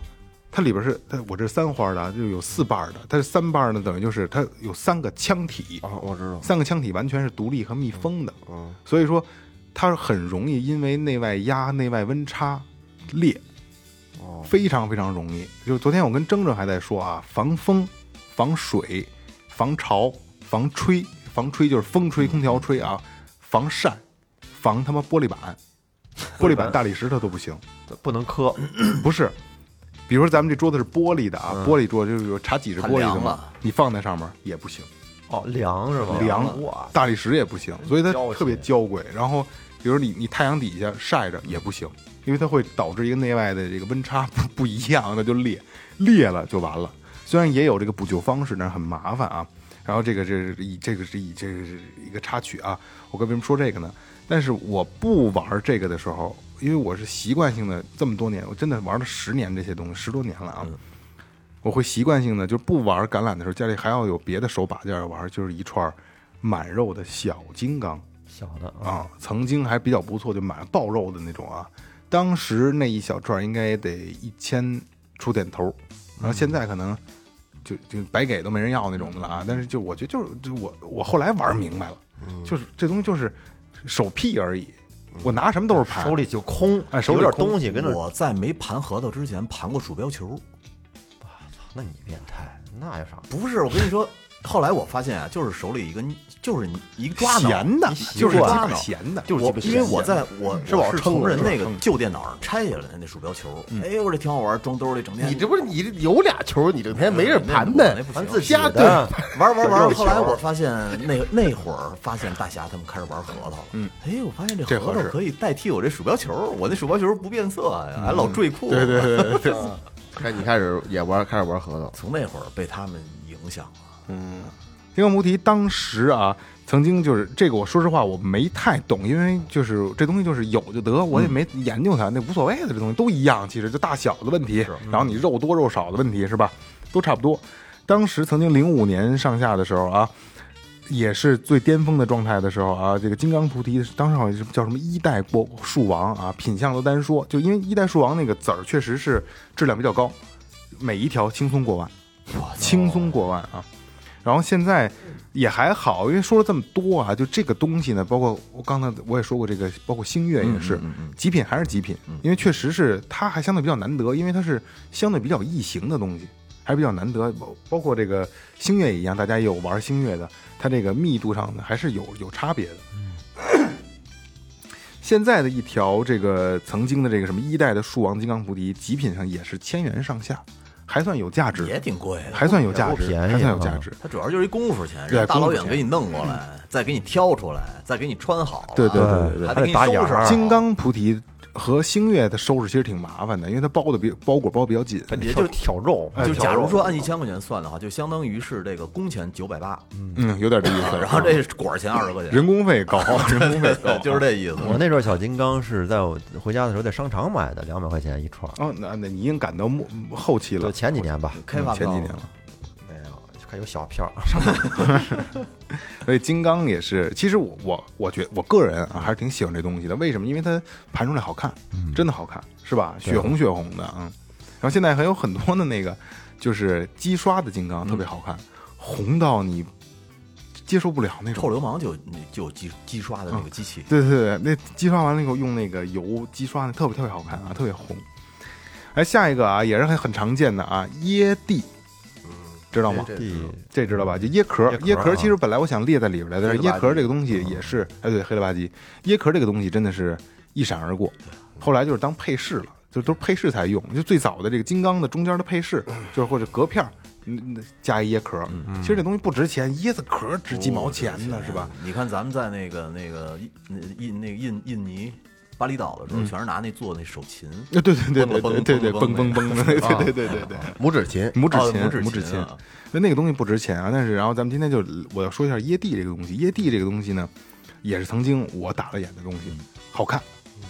它里边是它我这是三花的啊，就有四瓣的，它是三瓣呢，等于就是它有三个腔体，啊，我知道。三个腔体完全是独立和密封的，嗯，所以说它很容易因为内外压、内外温差裂，哦，非常非常容易。就是昨天我跟铮铮还在说啊，防风、防水、防潮、防吹，防吹就是风嗯吹、空调吹啊，防晒、防他妈玻璃 板，玻璃板、大理石它都不行。不能磕， 不是，比如说咱们这桌子是玻璃的啊，玻璃桌就是有茶几是玻璃的它嗯凉嘛了，你放在上面也不行，哦，凉是吧？凉哇，大理石也不行，所以它娇气特别娇贵。然后，比如你你太阳底下晒着也不行，因为它会导致一个内外的这个温差不不一样，那就裂裂了就完了。虽然也有这个补救方式，但是很麻烦啊。然后这个这是以这个是以这个是一个插曲啊，我跟为什么说这个呢？但是我不玩这个的时候，因为我是习惯性的这么多年，我真的玩了十年这些东西，十多年了啊。我会习惯性的就是不玩橄榄的时候，家里还要有别的手把件儿玩，就是一串儿满肉的小金刚小的啊，啊，曾经还比较不错，就满爆肉的那种啊。当时那一小串儿应该得一千出点头儿，然后现在可能就就白给都没人要那种的了啊。但是就我觉得就是就我我后来玩明白了，就是这东西就是手屁而已，我拿什么都是盘手。里就空，哎手里有点空东西跟那儿，我在没盘核桃之前盘过鼠标球，那你变态，那有啥？不是我跟你说，后来我发现啊，就是手里一个就是一个抓挠，闲的一，习就是惯鸡巴了闲的，我因为我在我是吧我是撑从着人是吧那个旧电脑上拆下来的那鼠标球，哎呦，这挺好玩，装兜里，整天嗯你这不是你这有俩球，你这天没人盘那呗那不行？啊盘自自己家对的玩玩小肉玩，球后来我发现那那会儿发现大侠他们开始玩核桃了，嗯，哎，我发现这这核合桃适可以代替我这鼠标球，我那鼠标球不变色呀，还老坠裤，嗯对对对对对。看你开始也玩，开始玩核桃， 从那会儿被他们影响了。金刚菩提当时啊，曾经就是这个，我说实话我没太懂，因为就是这东西就是有就得，我也没研究它，那无所谓的，这东西都一样，其实就大小的问题，然后你肉多肉少的问题是吧，都差不多。当时曾经零五年上下的时候啊，也是最巅峰的状态的时候啊，这个金刚菩提当时好像是叫什么一代国树王啊，品相都单说，就因为一代树王那个籽儿确实是质量比较高，每一条轻松过万，嗯轻松过万啊。然后现在也还好，因为说了这么多啊，就这个东西呢，包括我刚才我也说过，这个包括星月也嗯是极品，还是极品，因为确实是它还相对比较难得，因为它是相对比较易行的东西，还是比较难得。包包括这个星月也一样，大家也有玩星月的，它这个密度上呢还是有有差别的。现在的一条这个曾经的这个什么一代的树王金刚菩提极品上也是千元上下，还算有价值，也挺贵的，还算有价值，哦也不便宜嗯还算有价值。它主要就是一功夫钱，对人家大老功夫远钱嗯给你弄过来，再给你挑出来，再给你穿好了，对对对对对还得给你还得打眼收儿拾好。金刚菩提和星月的收拾其实挺麻烦的，因为它包的比包裹包比较紧。嗯也就是哎挑肉，哎就假如说按一千块钱算的话，就相当于是这个工钱九百八，嗯，有点 这意思。然后这果儿钱二十块钱，人嗯工费高，人工费高， 就是这意思。我那时候小金刚是在我回家的时候在商场买的，两百块钱一串儿，哦，那那你已经赶到末后期就了，嗯前几年吧，开发前高几年了。没有，还有小票儿，所以金刚也是，其实我我我觉我个人啊还是挺喜欢这东西的。为什么？因为它盘出来好看，嗯真的好看，是吧？血红血红的，嗯。然后现在还有很多的那个就是机刷的嗯金刚特别好看，红到你接受不了那种臭。流氓就就有机机刷的那啊个机器，对对对，那机刷完了以后用那个油机刷，那特别特别好看啊，特别红。哎，下一个啊，也是很很常见的啊，椰蒂，知道吗？地这知道吧？就椰壳儿，椰椰壳儿啊壳儿其实本来我想列在里边来的，但是黑了吧椰壳儿这个东西也是，哎，对，黑了吧唧，椰壳儿这个东西真的是一闪而过，后来就是当配饰了，就都是配饰才用。就最早的这个金刚的中间的配饰，就是或者隔片儿，嗯嗯加一椰壳儿，其实这东西不值钱，椰子壳儿值几毛钱呢，是吧？？哦你看咱们在那个那个印印那个印印尼巴厘岛的嗯时候，全是拿那做那手琴，呃，对对对对蹦对对了对，蹦蹦了蹦蹦蹦的，对对对对对对。拇指琴，拇指哦琴，拇指拇指琴琴啊，那那个东西不值钱啊。但是，然后咱们今天就我要说一下椰蒂这个东西。椰蒂这个东西呢，也是曾经我打了眼的东西，好看，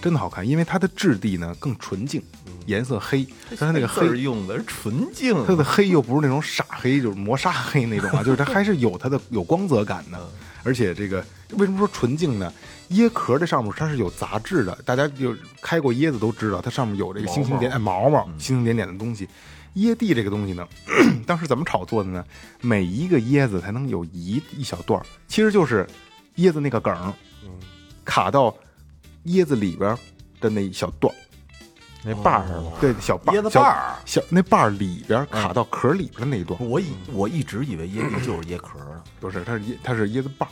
真的好看，因为它的质地呢更纯净，颜色黑，但它那个这字儿嗯黑。用的是纯净，它的黑又不是那种傻黑，就是磨砂黑那种啊，就是它还是有它的有光泽感的。而且这个为什么说纯净呢？椰壳这上面它是有杂质的，大家就开过椰子都知道，它上面有这个星星点哎毛毛、星星点点的东西。椰蒂这个东西呢， 当时怎么炒作的呢？每一个椰子才能有一一小段儿，其实就是椰子那个梗儿，卡到椰子里边儿的那一小段儿，那把儿嘛，对，小瓣椰子小瓣儿小那瓣儿里边儿嗯卡到壳儿里边儿那一段，我以我一直以为椰子就是椰 壳呢，不是，它是椰，它是椰子瓣儿，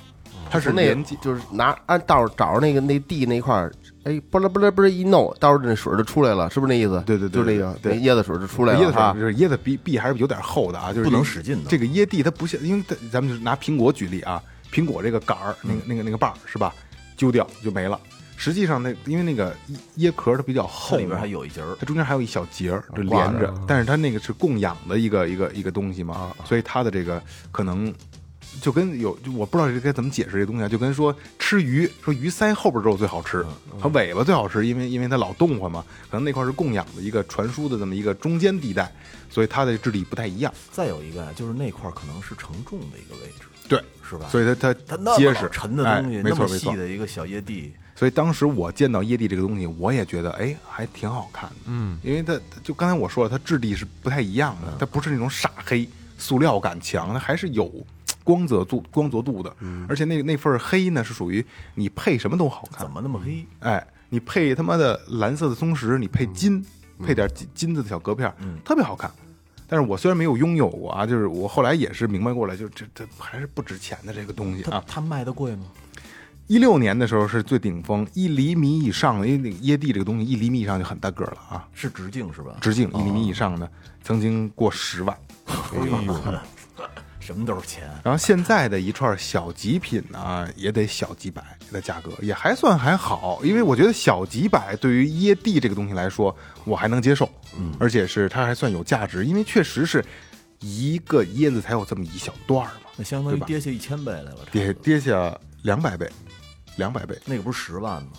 它是嗯那连接，就是拿按道儿找着那个那地那块儿，哎，不啦不啦不啦一弄，到时候那水儿就出来了，是不是那意思？对对对就那个对对那椰子水儿就出来了椰子啊水，就是椰子壁壁还是有点厚的啊，就是不能使劲的这个椰蒂它不像，因为它咱们就是拿苹果举例啊，苹果这个杆儿，那嗯个那个那个把儿是吧，揪掉就没了。实际上那因为那个椰椰壳它比较它厚，里边还。有一节儿。它中间还有一小节儿，就连啊着，啊但是它那个是供氧的一个一个一个东西嘛，所以它的这个可能就跟有，就我不知道这该怎么解释这东西啊，就跟说吃鱼，说鱼鳃后边肉最好吃，它尾巴最好吃，因为因为它老动换嘛，可能那块是供氧的一个传输的这么一个中间地带，所以它的质地不太一样，再有一个啊就是那块儿可能是承重的一个位置，对，是吧？所以它它它那么结实老沉的东西，哎、没那错么没细错。的一个小椰地，所以当时我见到椰蒂这个东西，我也觉得哎，还挺好看的。嗯，因为它就刚才我说了，它质地是不太一样的，嗯它不是那种傻黑，塑料感强，它还是有光泽度、光泽度的。嗯而且那那份黑呢，是属于你配什么都好看怎。么那么黑？哎，你配他妈的蓝色的松石，你配嗯金，配点金金子的小隔片，特别好看。但是我虽然没有拥有过啊，就是我后来也是明白过来，就是这这还是不值钱的这个东西它啊。它卖的贵吗？一六年的时候是最顶峰，一厘米以上的，因为那个椰蒂这个东西一厘米以上就很大个儿了啊，是直径 是吧？直径一厘米以上的曾经过十万，哎呦， 什么都是钱，然后现在的一串小极品呢也得小几百的价格，也还算还好，因为我觉得小几百对于椰蒂这个东西来说我还能接受，嗯，而且是它还算有价值，因为确实是一个椰子才有这么一小段儿嘛，那相当对于吧跌下一千倍来了，差不多跌跌下两百倍，两百倍，那个不是十万吗？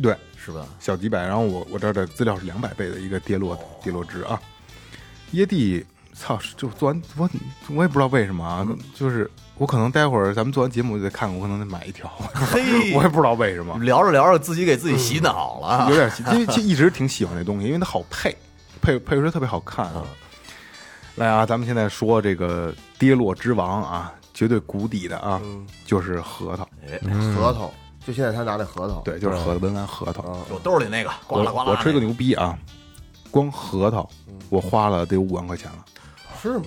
对，是吧？小几百，然后我我这儿的资料是两百倍的一个跌落跌落值啊。椰蒂，操，就做完我我也不知道为什么啊，就是我可能待会儿咱们做完节目就得看，我可能得买一条， 嘿我也不知道为什么，聊着聊着自己给自己洗脑了，啊有点喜因为其实一直挺喜欢这东西，因为它好配，配配出来特别好看啊。来啊，咱们现在说这个跌落之王啊，绝对谷底的啊，就是核桃，核桃，就现在他拿那核桃，对，就是核桃文玩核桃。我兜里那个呱啦呱啦那个。我吹个牛逼啊，光核桃我花了得有五万块钱了。是吗？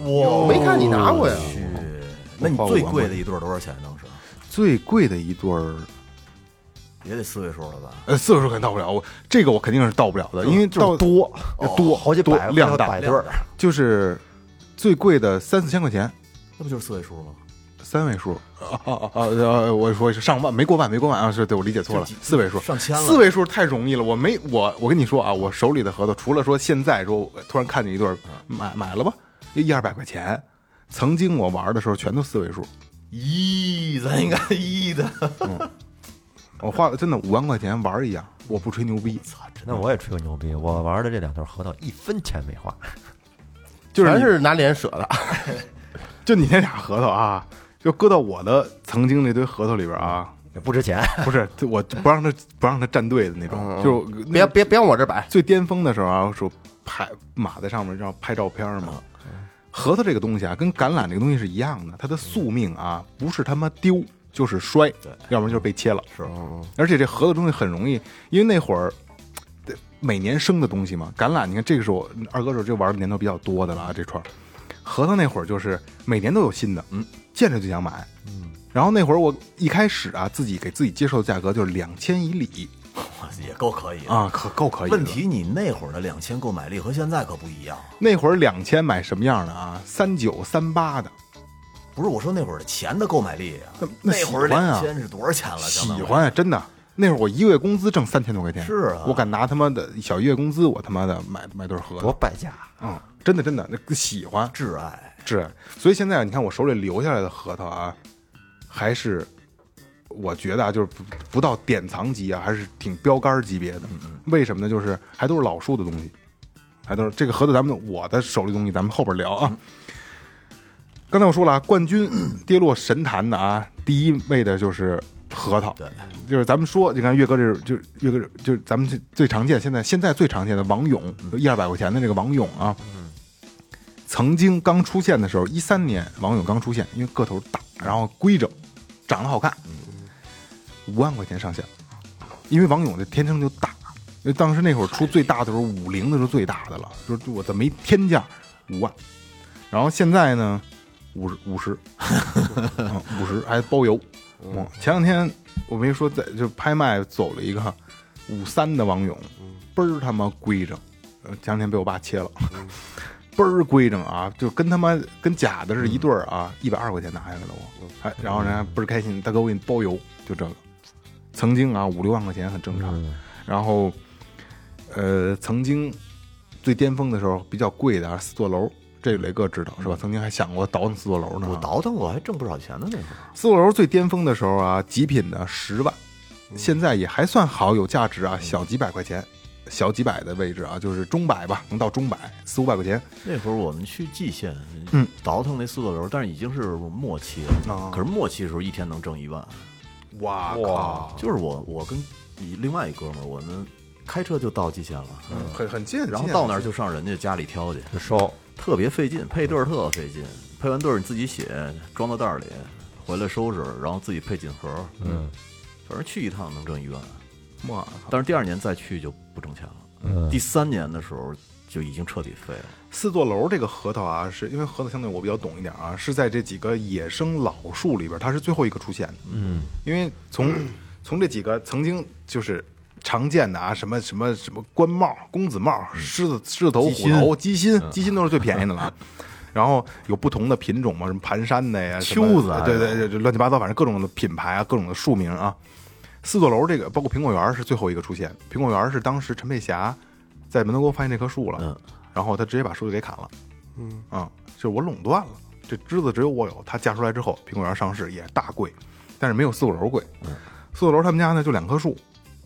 没看你拿过呀，哦那你最贵的一对儿多少钱？当时最贵的一对儿，也得四位数了吧？呃，四十岁肯定到不了，我这个我肯定是到不了的，因为到就是多多哦好几多百量大百对儿，就是最贵的三四千块钱，那不就是四位数吗？三位数啊啊啊！呃我说是上万，没过万，没过万啊！是对，我理解错了就几，四位数，上千了四位数太容易了。我没我我跟你说啊，我手里的合同，除了说现在说我突然看见一对儿买买了吧，一二百块钱，曾经我玩的时候全都四位数，咦，咱应该 一的。我花了真的五万块钱玩一样，我不吹牛逼，嗯那我也吹个牛逼，我玩的这两条合同一分钱没花，就是全你是拿脸舍的，就你那俩合同啊，就搁到我的曾经那堆合同里边啊，也不值钱。不是我不让他不让他站队的那种，就是那别别别往我这摆。最巅峰的时候啊，说拍码在上面让拍照片嘛。核桃这个东西啊，跟橄榄这个东西是一样的，它的宿命啊，不是他妈丢就是摔，要不然就是被切了。是，哦而且这核桃东西很容易，因为那会儿呃每年生的东西嘛，橄榄你看这个是我二哥时候这玩的年头比较多的了啊，这串儿核桃那会儿就是每年都有新的，嗯，见着就想买，嗯。然后那会儿我一开始啊，自己给自己接受的价格就是两千以里哇也够可以。啊，可够可以了。问题你那会儿的两千购买力和现在可不一样啊，那会儿两千买什么样的啊？三九、三八的，不是我说那会儿的钱的购买力啊那，那那会儿喜欢啊两千是多少钱了？相喜当于欢啊，真的。那会儿我一个月工资挣三千多块钱，是啊我敢拿他妈的小月工资，我他妈的买买对盒多子，败家！嗯，真的真的，那个喜欢挚爱，是。所以现在你看我手里留下来的核桃啊，还是我觉得啊，就是不不到典藏级啊，还是挺标杆级别的。为什么呢？就是还都是老树的东西，还都是这个核桃。咱们我的手里东西，咱们后边聊啊。刚才我说了啊，冠军跌落神坛的啊，第一位的就是核桃。对，就是咱们说，你看岳哥这是，就是岳哥这就是咱们这最常见，现在现在最常见的王勇，一二百块钱的这个王勇啊。曾经刚出现的时候，一三年王勇刚出现，因为个头大，然后规整，长得好看，五万块钱上下，因为王勇的天生就大，因为当时那会儿出最大的时候，五零的时候最大的了，就是我的没天价五万，然后现在呢，五十五十，嗯 五十还包邮。嗯，前两天我没说在就拍卖走了一个五三的王勇，倍儿他妈规整，呃，前两天被我爸切了， 倍儿规整啊，就跟他妈跟假的是一对儿啊，一百二块钱拿下来了我，还然后人家倍儿开心，大哥我给你包邮，就这个，曾经啊五六万块钱很正常，然后呃曾经最巅峰的时候比较贵的啊四座楼。这雷哥知道是吧？曾经还想嗯过倒腾四座楼呢啊。我倒腾我还挣不少钱呢那会儿。四座楼最巅峰的时候啊，极品的十万，现在也还算好，有价值啊，小几百块钱，小几百的位置啊，就是中百吧，能到中百，四五百块钱。那会儿我们去蓟县，嗯，倒腾那四座楼，但是已经是末期了啊。可是末期的时候，一天能挣一万，哇哇，就是我我跟一另外一哥们儿，我们开车就到蓟县了，很很近，然后到那儿就上人家家里挑去， 就收特别费劲，配对儿特费劲，配完对儿你自己写，装到袋儿里，回来收拾，然后自己配锦盒，嗯，反正去一趟能挣一万，哇，但是第二年再去就不挣钱了，嗯，第三年的时候就已经彻底废了，四座楼这个核桃啊，是因为核桃相对我比较懂一点啊，是在这几个野生老树里边，它是最后一个出现的。嗯，因为 从从这几个曾经就是常见的啊，什么什么什么官帽、公子帽、狮嗯子狮子头、虎头、鸡心，鸡心都是最便宜的了 啊。然后有不同的品种嘛，什么盘山的呀，什么秋子啊对对对，就乱七八糟，反正各种的品牌啊，各种的树名啊。四座楼这个，包括苹果园是最后一个出现。苹果园是当时陈佩霞在门头沟发现这棵树了，嗯然后他直接把树就给砍了，嗯啊，就是我垄断了，这枝子只有我有。他嫁出来之后，苹果园上市也大贵，但是没有四座楼贵。四座楼他们家呢就两棵树，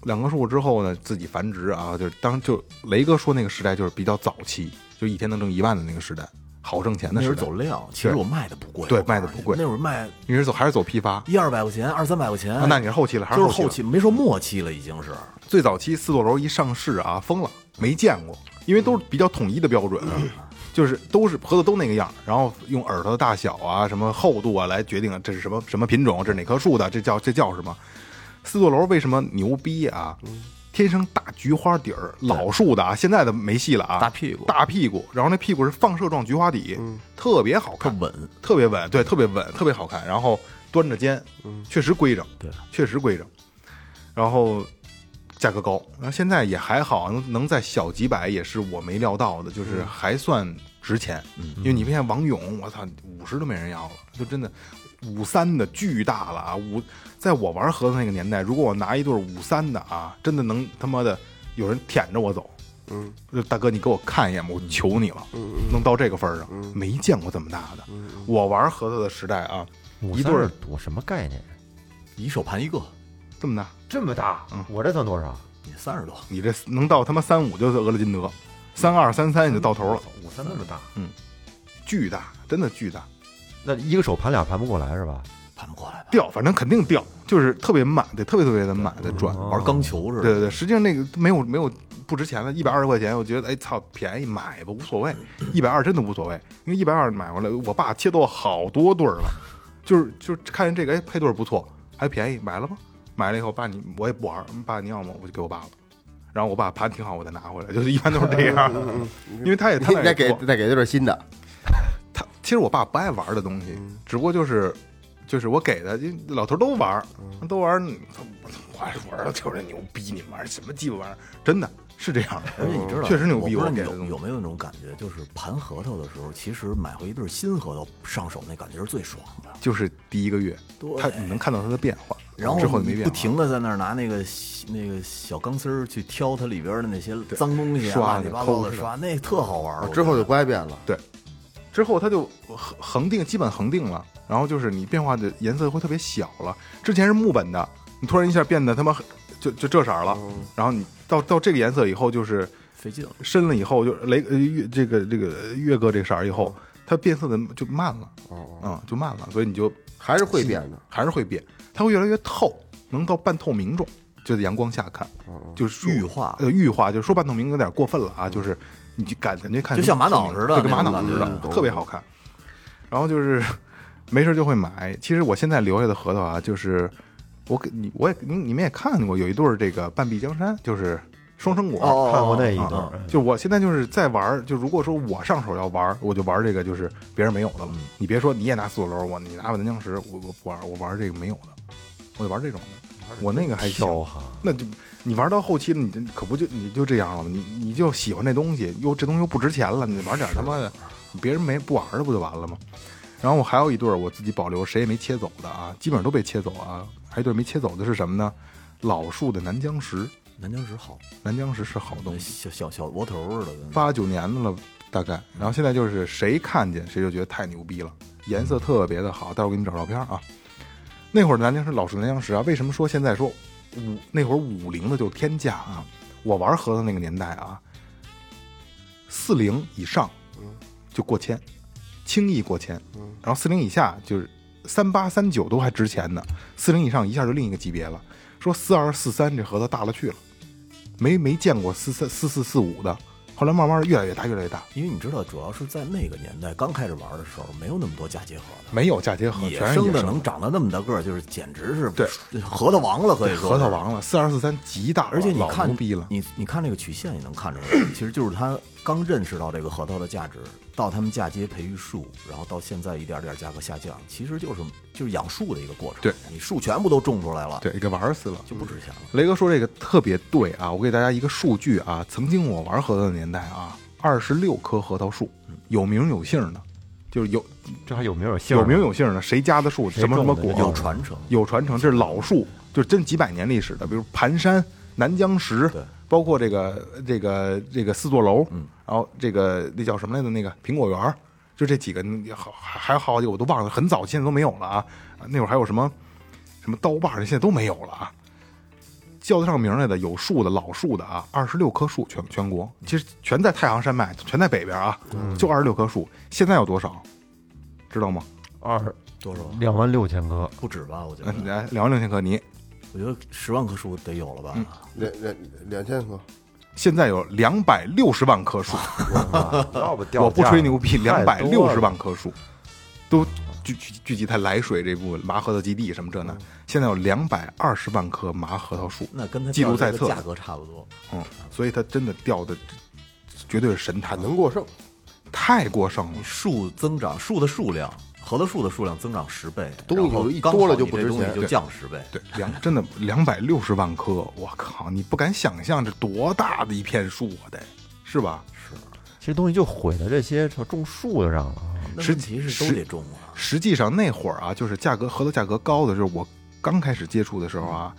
两棵树之后呢自己繁殖啊，就是当就雷哥说那个时代就是比较早期，就一天能挣一万的那个时代，好挣钱的那时时候代。走量，其实我卖的不贵，对我告诉卖你得不贵那会儿卖你是走还是走批发？一二百块钱，二三百块钱，啊那你是后期了还是哎就是后后期期，没说末期了，已经是。最早期四座楼一上市啊，疯了，没见过，因为都是比较统一的标准，啊嗯就是都是盒子都那个样儿，然后用耳朵的大小啊、什么厚度啊来决定这是什么什么品种，这是哪棵树的，这叫这叫什么？四座楼为什么牛逼啊？嗯天生大菊花底儿，老树的啊，现在的没戏了啊，大屁股嗯大屁股，然后那屁股是放射状菊花底，特别好看，特稳，特别稳，嗯对，特别稳，特别好看，然后端着肩，确实规整，对，确实规整。然后价格高，然后现在也还好，能能在小几百也是我没料到的，就是还算值钱。嗯，因为你看王勇，我操，五十都没人要了，就真的五三的巨大了啊！五，在我玩盒子那个年代，如果我拿一对五三的啊，真的能他妈的有人舔着我走。嗯，就大哥，你给我看一眼吧，我求你了，能到这个份儿上，没见过这么大的。我玩盒子的时代啊，一对嗯儿儿我什么概念？一手盘一个，这么大，这么大嗯，我这算多少？你三十多，你这能到他妈三五就是俄勒金德，三二三三你就到头了，，五三那么大，巨大，真的巨大，那一个手盘俩盘不过来是吧？盘不过来吧？掉，反正肯定掉，就是特别满，得特别特别的满的转。哦玩钢球似对的，对对，实际上那个没有没有不值钱了，一百二十块钱，我觉得哎操便宜买吧，无所谓，一百二真的无所谓，因为一百二买回来，我爸切剁好多对儿了，就是就是看见这个哎配对儿不错，还便宜，买了吧，买了以后爸你我也不玩儿，爸你要吗我就给我爸了，然后我爸盘挺好，我再拿回来，就是一般都是这样，因为他也他你那儿也 再给不再给点新的，他其实我爸不爱玩的东西，嗯只不过就是就是我给的，因为老头都玩儿，都玩儿。嗯我我儿子就是牛逼，你们玩儿什么鸡巴玩意儿？真的是这样的，而且你知道，确实牛逼，我不知给道的你东有西有没有那种感觉，就是盘核桃的时候，其实买回一对新核桃上手那感觉是最爽的。就是第一个月，对他你能看到他的变化，然后之后就没你变不化，停的在那儿拿那个那个小钢丝儿去挑它里边的那些脏东西啊，刷乱七八糟抠的是吧刷，那特好玩儿。之后我就觉得乖变了。对，之后它就恒恒定，基本恒定了。然后就是你变化的颜色会特别小了，之前是木本的，你突然一下变得他妈很就就这色儿嗯了。然后你到到这个颜色以后，就是费劲了。深了以后，就是雷呃月这个这个月哥这个色儿以后，它变色的就慢了，嗯，就慢了，所以你就还是会变的，还是会变，它会越来越透，能到半透明状，就在阳光下看，就是玉化呃，玉化，就是说半透明有点过分了啊，就是你就感觉看就像玛瑙似的对跟玛那种瑙似感的，觉特别好看。然后就是 没事就会买，其实我现在留下的核桃啊，就是我给你，我也你你们也看过，有一对儿这个半壁江山，就是双生果，哦看过那一嗯哦段，啊就我现在就是在玩儿，就如果说我上手要玩儿，我就玩儿这个就是别人没有的了。你别说你也拿四九楼，我你拿本南僵石，我我不玩儿，我玩儿这个没有的，我就玩儿这种的。我那个还行，挑哈，那就你玩到后期，你这可不就你就这样了吗？你你就喜欢这东西，又这东西又不值钱了，你玩点他妈的，别人没不玩的不就完了吗？然后我还有一对儿我自己保留，谁也没切走的啊，基本上都被切走啊。还有一对儿没切走的是什么呢？老树的南僵石，南京石好，南僵石是好东西。小小小窝头似的。八九年的了，大概。然后现在就是谁看见谁就觉得太牛逼了，颜色特别的好。待会儿给你们找照片啊。那会儿南京是老式南京石啊，为什么说现在说五那会儿五零的就是天价啊？我玩核桃那个年代啊，四零以上就过千，轻易过千。然后四零以下就是三八三九都还值钱呢，四零以上一下就另一个级别了。说四二四三这核桃大了去了，没没见过四三四四四五的。后来慢慢越来越大，越来越大，因为你知道，主要是在那个年代刚开始玩的时候，没有那么多假结合的，没有嫁接盒，嗯野全是生野的生能长到那么大个儿，就是简直是对核桃王了，可以说核是桃王了，四二四三极大了，而且你老看牛，逼了，你你看这个曲线也能看出来，其实就是他刚认识到这个核桃的价值，到他们嫁接培育树，然后到现在一点点价格下降，其实就是就是养树的一个过程。对，你树全部都种出来了，，对，给玩死了。就不值钱了。雷哥说这个特别对啊，我给大家一个数据啊，曾经我玩核桃的年代啊，二十六棵核桃树，嗯有名有姓的，就是有这还有没有姓儿？有名有姓的，谁家的树，谁什么什么种的果，这有种传承，有传承，这是老树，就真几百年历史的，比如盘山、南江石，包括这个这个这个四座楼，然后这个那叫什么来着？那个苹果园儿，就这几个，好还还有好几个我都忘了，很早现在都没有了啊。那会儿还有什么什么刀把儿的，现在都没有了啊。叫得上名来的有树的老树的啊，二十六棵树全全国，其实全在太行山脉，全在北边啊，就二十六棵树。现在有多少？知道吗？二多少两万六千 棵，不止吧？我觉得，嗯，来两万六千棵，你我觉得十万棵树得有了吧？嗯两两两千个，现在有两百六十万棵树，要啊不掉我不价吹牛逼，两百太多六了十万棵树都聚聚聚集在涞水这部分麻核桃基地什么这那，现在有两百二十万棵麻核桃树，那跟它记录在这册个价格差不多。嗯，所以它真的掉的绝对是神坛，能过剩。太过剩了。树增长，树的数量核桃树的数量增长十倍，东西然后一刚多了好就你不这值东西钱就对降十倍。对，两真的两百六十万棵，我靠，你不敢想象这多大的一片树啊，得是吧？其实东西就毁在这些种树上了啊。那实问题是都实得种啊，实际上那会儿啊，就是价格合作价格高的，就是我刚开始接触的时候啊，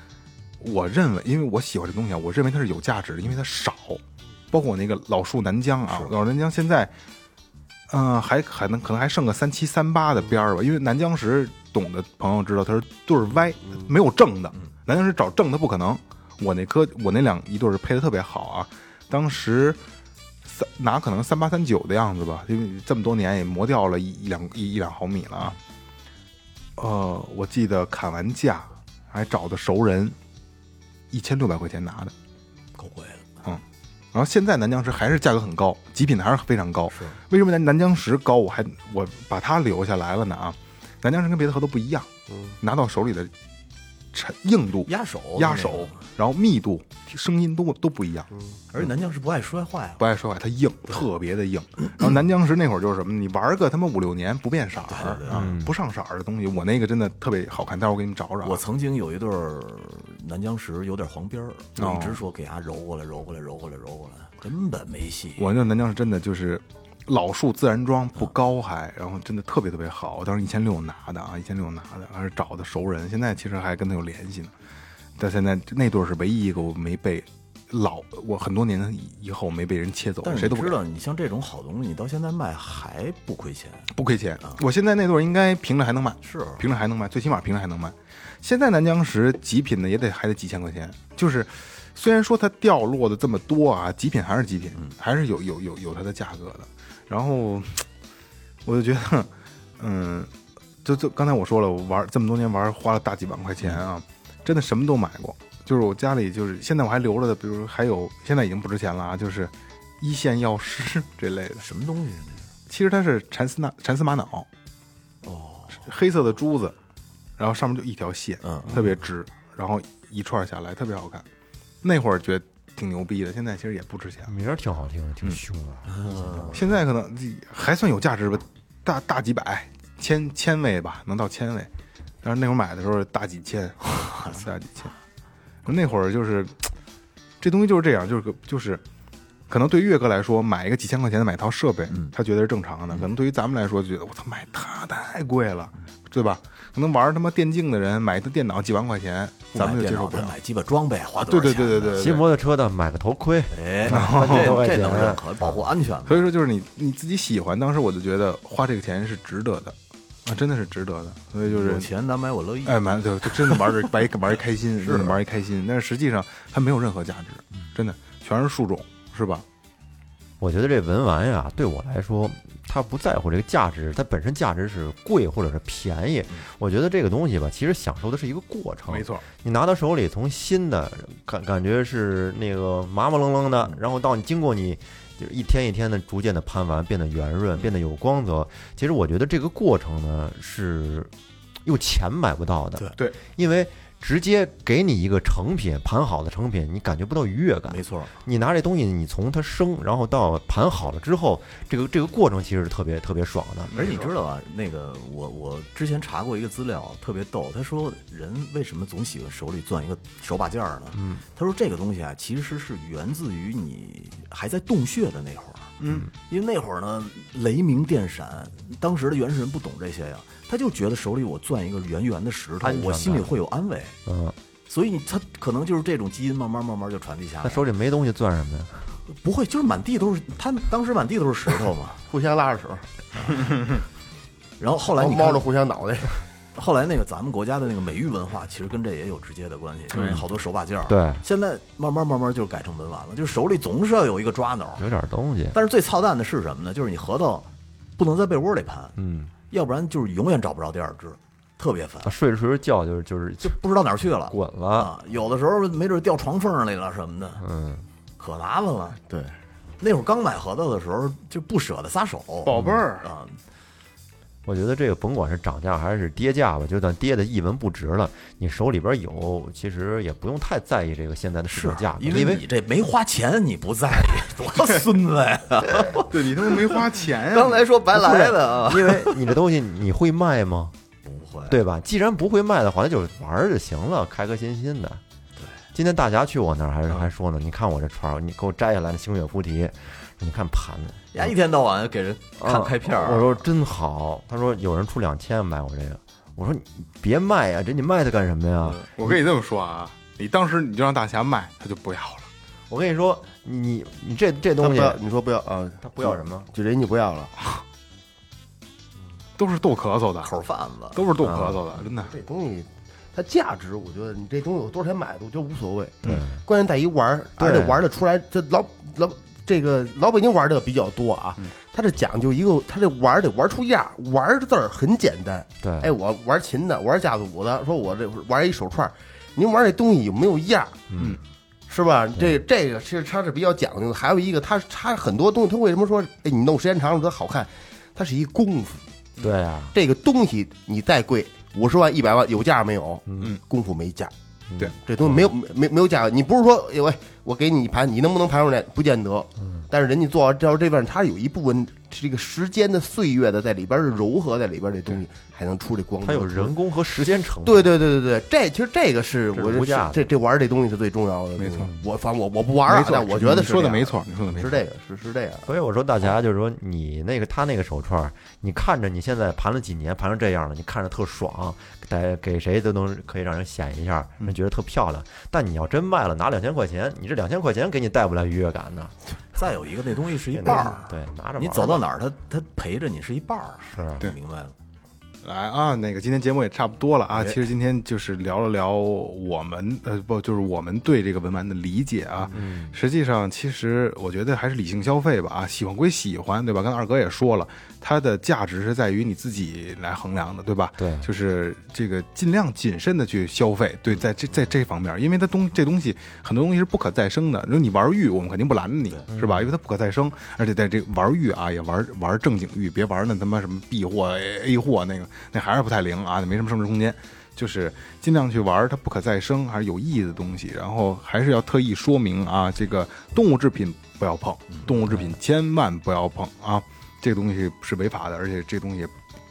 我认为，因为我喜欢这东西啊，我认为它是有价值的，因为它少。包括我那个老树南疆啊，老南疆现在，嗯、还还能可能还剩个三七三八的边儿吧，因为南疆石懂的朋友知道它是对儿歪，没有正的，南疆石找正的不可能。我那颗我那两一对儿配的特别好啊，当时三拿可能三八三九的样子吧，因为这么多年也磨掉了一一两一一两毫米了啊。呃，我记得砍完价还找的熟人，一千六百块钱拿的。够贵了。然后现在南疆石还是价格很高，极品的还是非常高。为什么南南疆石高？我还我把它留下来了呢啊！南疆石跟别的河都不一样，拿到手里的沉硬度、压手，啊压手，然后密度、声音都都不一样。而且南疆是不爱摔坏，不爱说话，它硬，特别的硬。然后南僵石那会儿就是什么，你玩个他妈五六年不变色儿啊，不上色儿的东西，我那个真的特别好看，待会儿我给你们找找啊。我曾经有一对儿南疆石有点黄边儿，我哦一直说给它揉过来、揉过来、揉过来、揉过来，根本没戏。我那南僵石真的就是老树自然装不高还，然后真的特别特别好。我当时一千六拿的啊，一千六拿的，还是找的熟人，现在其实还跟他有联系呢。但现在那对儿是唯一一个我没被老我很多年以后没被人切走，但是谁你都不知敢道，你像这种好东西，你到现在卖还不亏钱，不亏钱。啊我现在那对儿应该平着还能卖，是平着还能卖，最起码平着还能卖。现在南疆石极品的也得还得几千块钱，就是虽然说它掉落的这么多啊，极品还是极品，还是有有有有它的价格的。然后我就觉得，嗯，就就刚才我说了，我玩这么多年玩花了大几万块钱啊，真的什么都买过。就是我家里就是现在我还留着的，比如还有现在已经不值钱了啊，就是一线药师 这类的，什么东西呢？其实它是蚕丝纳蚕丝玛瑙，哦，黑色的珠子，然后上面就一条线，嗯特别直，然后一串下来特别好看。那会儿觉得挺牛逼的，现在其实也不值钱了，名儿挺好听的，嗯挺凶的。现在可能还算有价值吧，大大几百、千千位吧，能到千位。但是那会儿买的时候大几千， 大几千。那会儿就是这东西就是这样，就是个就是。可能对岳哥来说，买一个几千块钱的买一套设备，嗯他觉得是正常的。可能对于咱们来说，觉得我操，买它太贵了，对吧？可能玩他妈电竞的人，买一台电脑几万块钱，不咱买们就电接受脑，不咱了。买鸡巴装备，花对多少对钱？对对对，对骑摩托车的买个头盔，哎， 啊这这能多少钱认可，保护安全嘛。所以说，就是你你自己喜欢，当时我就觉得花这个钱是值得的，啊，真的是值得的。所以就有是，钱难买我乐意。哎，蛮对，就真的玩儿玩一玩一开心，真的玩一开心。但是实际上它没有任何价值，真的全是树种，是吧？我觉得这文玩呀，对我来说，它不在乎这个价值，它本身价值是贵或者是便宜。我觉得这个东西吧，其实享受的是一个过程。没，错，你拿到手里，从新的感感觉是那个麻麻愣愣的，然后到你经过你就是一天一天的逐渐的攀完，变得圆润，变得有光泽。其实我觉得这个过程呢是用钱买不到的，对，因为直接给你一个成品盘好的成品，你感觉不到愉悦感。没错，你拿这东西，你从它生，然后到盘好了之后，这个这个过程其实是特别特别爽的。而你知道吧？那个我我之前查过一个资料，特别逗。他说人为什么总喜欢手里攥一个手把件儿呢？嗯，他说这个东西啊，其实是源自于你还在洞穴的那会儿。嗯，因为那会儿呢，雷鸣电闪，当时的原始人不懂这些呀，他就觉得手里我攥一个圆圆的石头安全，感我心里会有安慰。嗯，所以他可能就是这种基因慢慢慢慢就传递下那来，手里没东西攥什么呀？不会就是满地都是他当时满地都是石头 嘛，互相拉着手，然后后来猫你看猫着互相脑袋，后来那个咱们国家的那个美育文化，其实跟这也有直接的关系，就是好多手把件儿。啊对现在慢慢慢慢就改成文玩了，就是手里总是要有一个抓挠。有点东西。但是最操蛋的是什么呢？就是你核桃不能在被窝里盘，嗯，要不然就是永远找不着第二只，特别烦啊，睡着睡着觉就是就是就不知道哪儿去了，滚了。啊！有的时候没准掉床缝里了什么的，嗯，可麻烦了。对，那会儿刚买核桃的时候就不舍得撒手，嗯宝贝儿，啊，我觉得这个甭管是涨价还是跌价吧，就算跌的一文不值了，你手里边有，其实也不用太在意这个现在的市场价格，啊因为你这没花钱，你不在意，多孙子呀！对你他妈没花钱嗯 呀、刚才说白来的啊，因为你这东西你会卖吗？不会，对吧？既然不会卖的话，那就玩儿就行了，开开心心的。今天大侠去我那儿还是还说呢，你看我这船儿，你给我摘下来的星月菩提，你看盘子，呀，一天到晚给人看啊开片我儿，说真好，他说有人出两千买我这个，我说你别卖呀，这你卖它干什么呀？我跟你这么说啊，你当时你就让大侠卖，他就不要了。我跟你说，你你你这这他东不西要，你说不要啊，他不要什么？就人家不要了，都是逗咳嗽的，口贩子。都是逗咳嗽的，真的。这东西它价值，我觉得你这东西有多少钱买的，我觉得无所谓。对，关键在于玩儿，对而且玩得出来。这老老这个老北京玩的比较多啊，嗯他这讲究一个，他这玩儿得玩出样儿，玩儿字儿很简单。对哎，我玩琴的，玩架子鼓的，说我这玩一手串儿，您玩这东西有没有样？嗯，是吧？这这个其实它是比较讲究的。还有一个，它它很多东西，它为什么说，哎，你弄时间长了它好看？它是一功夫，对啊，这个东西你再贵，五十万、一百万有价没有？嗯，功夫没价。对，这东西没有没没没有价格，你不是说哎喂，我给你一盘，你能不能盘出来？不见得。嗯但是人家做到这这份，他有一部分这个时间的岁月的在里边儿是柔和在里边儿，这东西还能出这光。它有人。工和时间成本。对对对对对，这其实这个是这我是无这价的这这玩儿这东西是最重要的。没错，我反正我我不玩儿啊没，错但我觉得你是说的这样没，错，你说的没错是。这个是是这样。所以我说大侠就是说，你那个他那个手串儿，你看着你现在盘了几年，盘成这样了，你看着特爽，给给谁都能可以让人显一下，人觉得特漂亮。但你要真卖了，拿两千块钱，你这两千块钱给你带不来愉悦感呢。再有一个，那东西是一这伴儿，对，拿着玩儿你走到哪儿，他他陪着你是一伴儿，是对明白了。来啊，那个今天节目也差不多了啊。其实今天就是聊了聊我们呃不就是我们对这个文玩的理解啊。实际上，其实我觉得还是理性消费吧啊，喜欢归喜欢，对吧？刚才二哥也说了，它的价值是在于你自己来衡量的，对吧？对就是这个尽量谨慎的去消费，对，在这在这方面，因为它东这东西很多东西是不可再生的。如果你玩玉，我们肯定不拦着你，是吧？因为它不可再生，而且在这玩玉啊，也玩玩正经玉，别玩那他妈什么 B 货、A 货那个，那还是不太灵啊，那没什么升值空间。就是尽量去玩它不可再生还是有意义的东西，然后还是要特意说明啊，这个动物制品不要碰，动物制品千万不要碰啊，这个东西是违法的，而且这东西也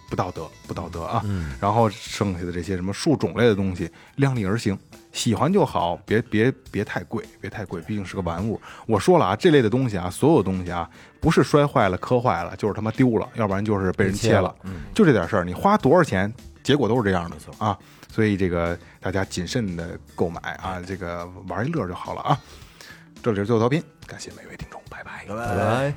不道德，不道德啊。然后剩下的这些什么树种类的东西，量力而行，喜欢就好，别别别太贵，别太贵，毕竟是个玩物。我说了啊，这类的东西啊，所有东西啊，不是摔坏了、磕坏了，就是他妈丢了，要不然就是被人切了，嗯就这点事儿。你花多少钱，结果都是这样的啊。所以这个大家谨慎的购买啊，这个玩一乐就好了啊。这里是最后调频，感谢每位听众，拜拜。来。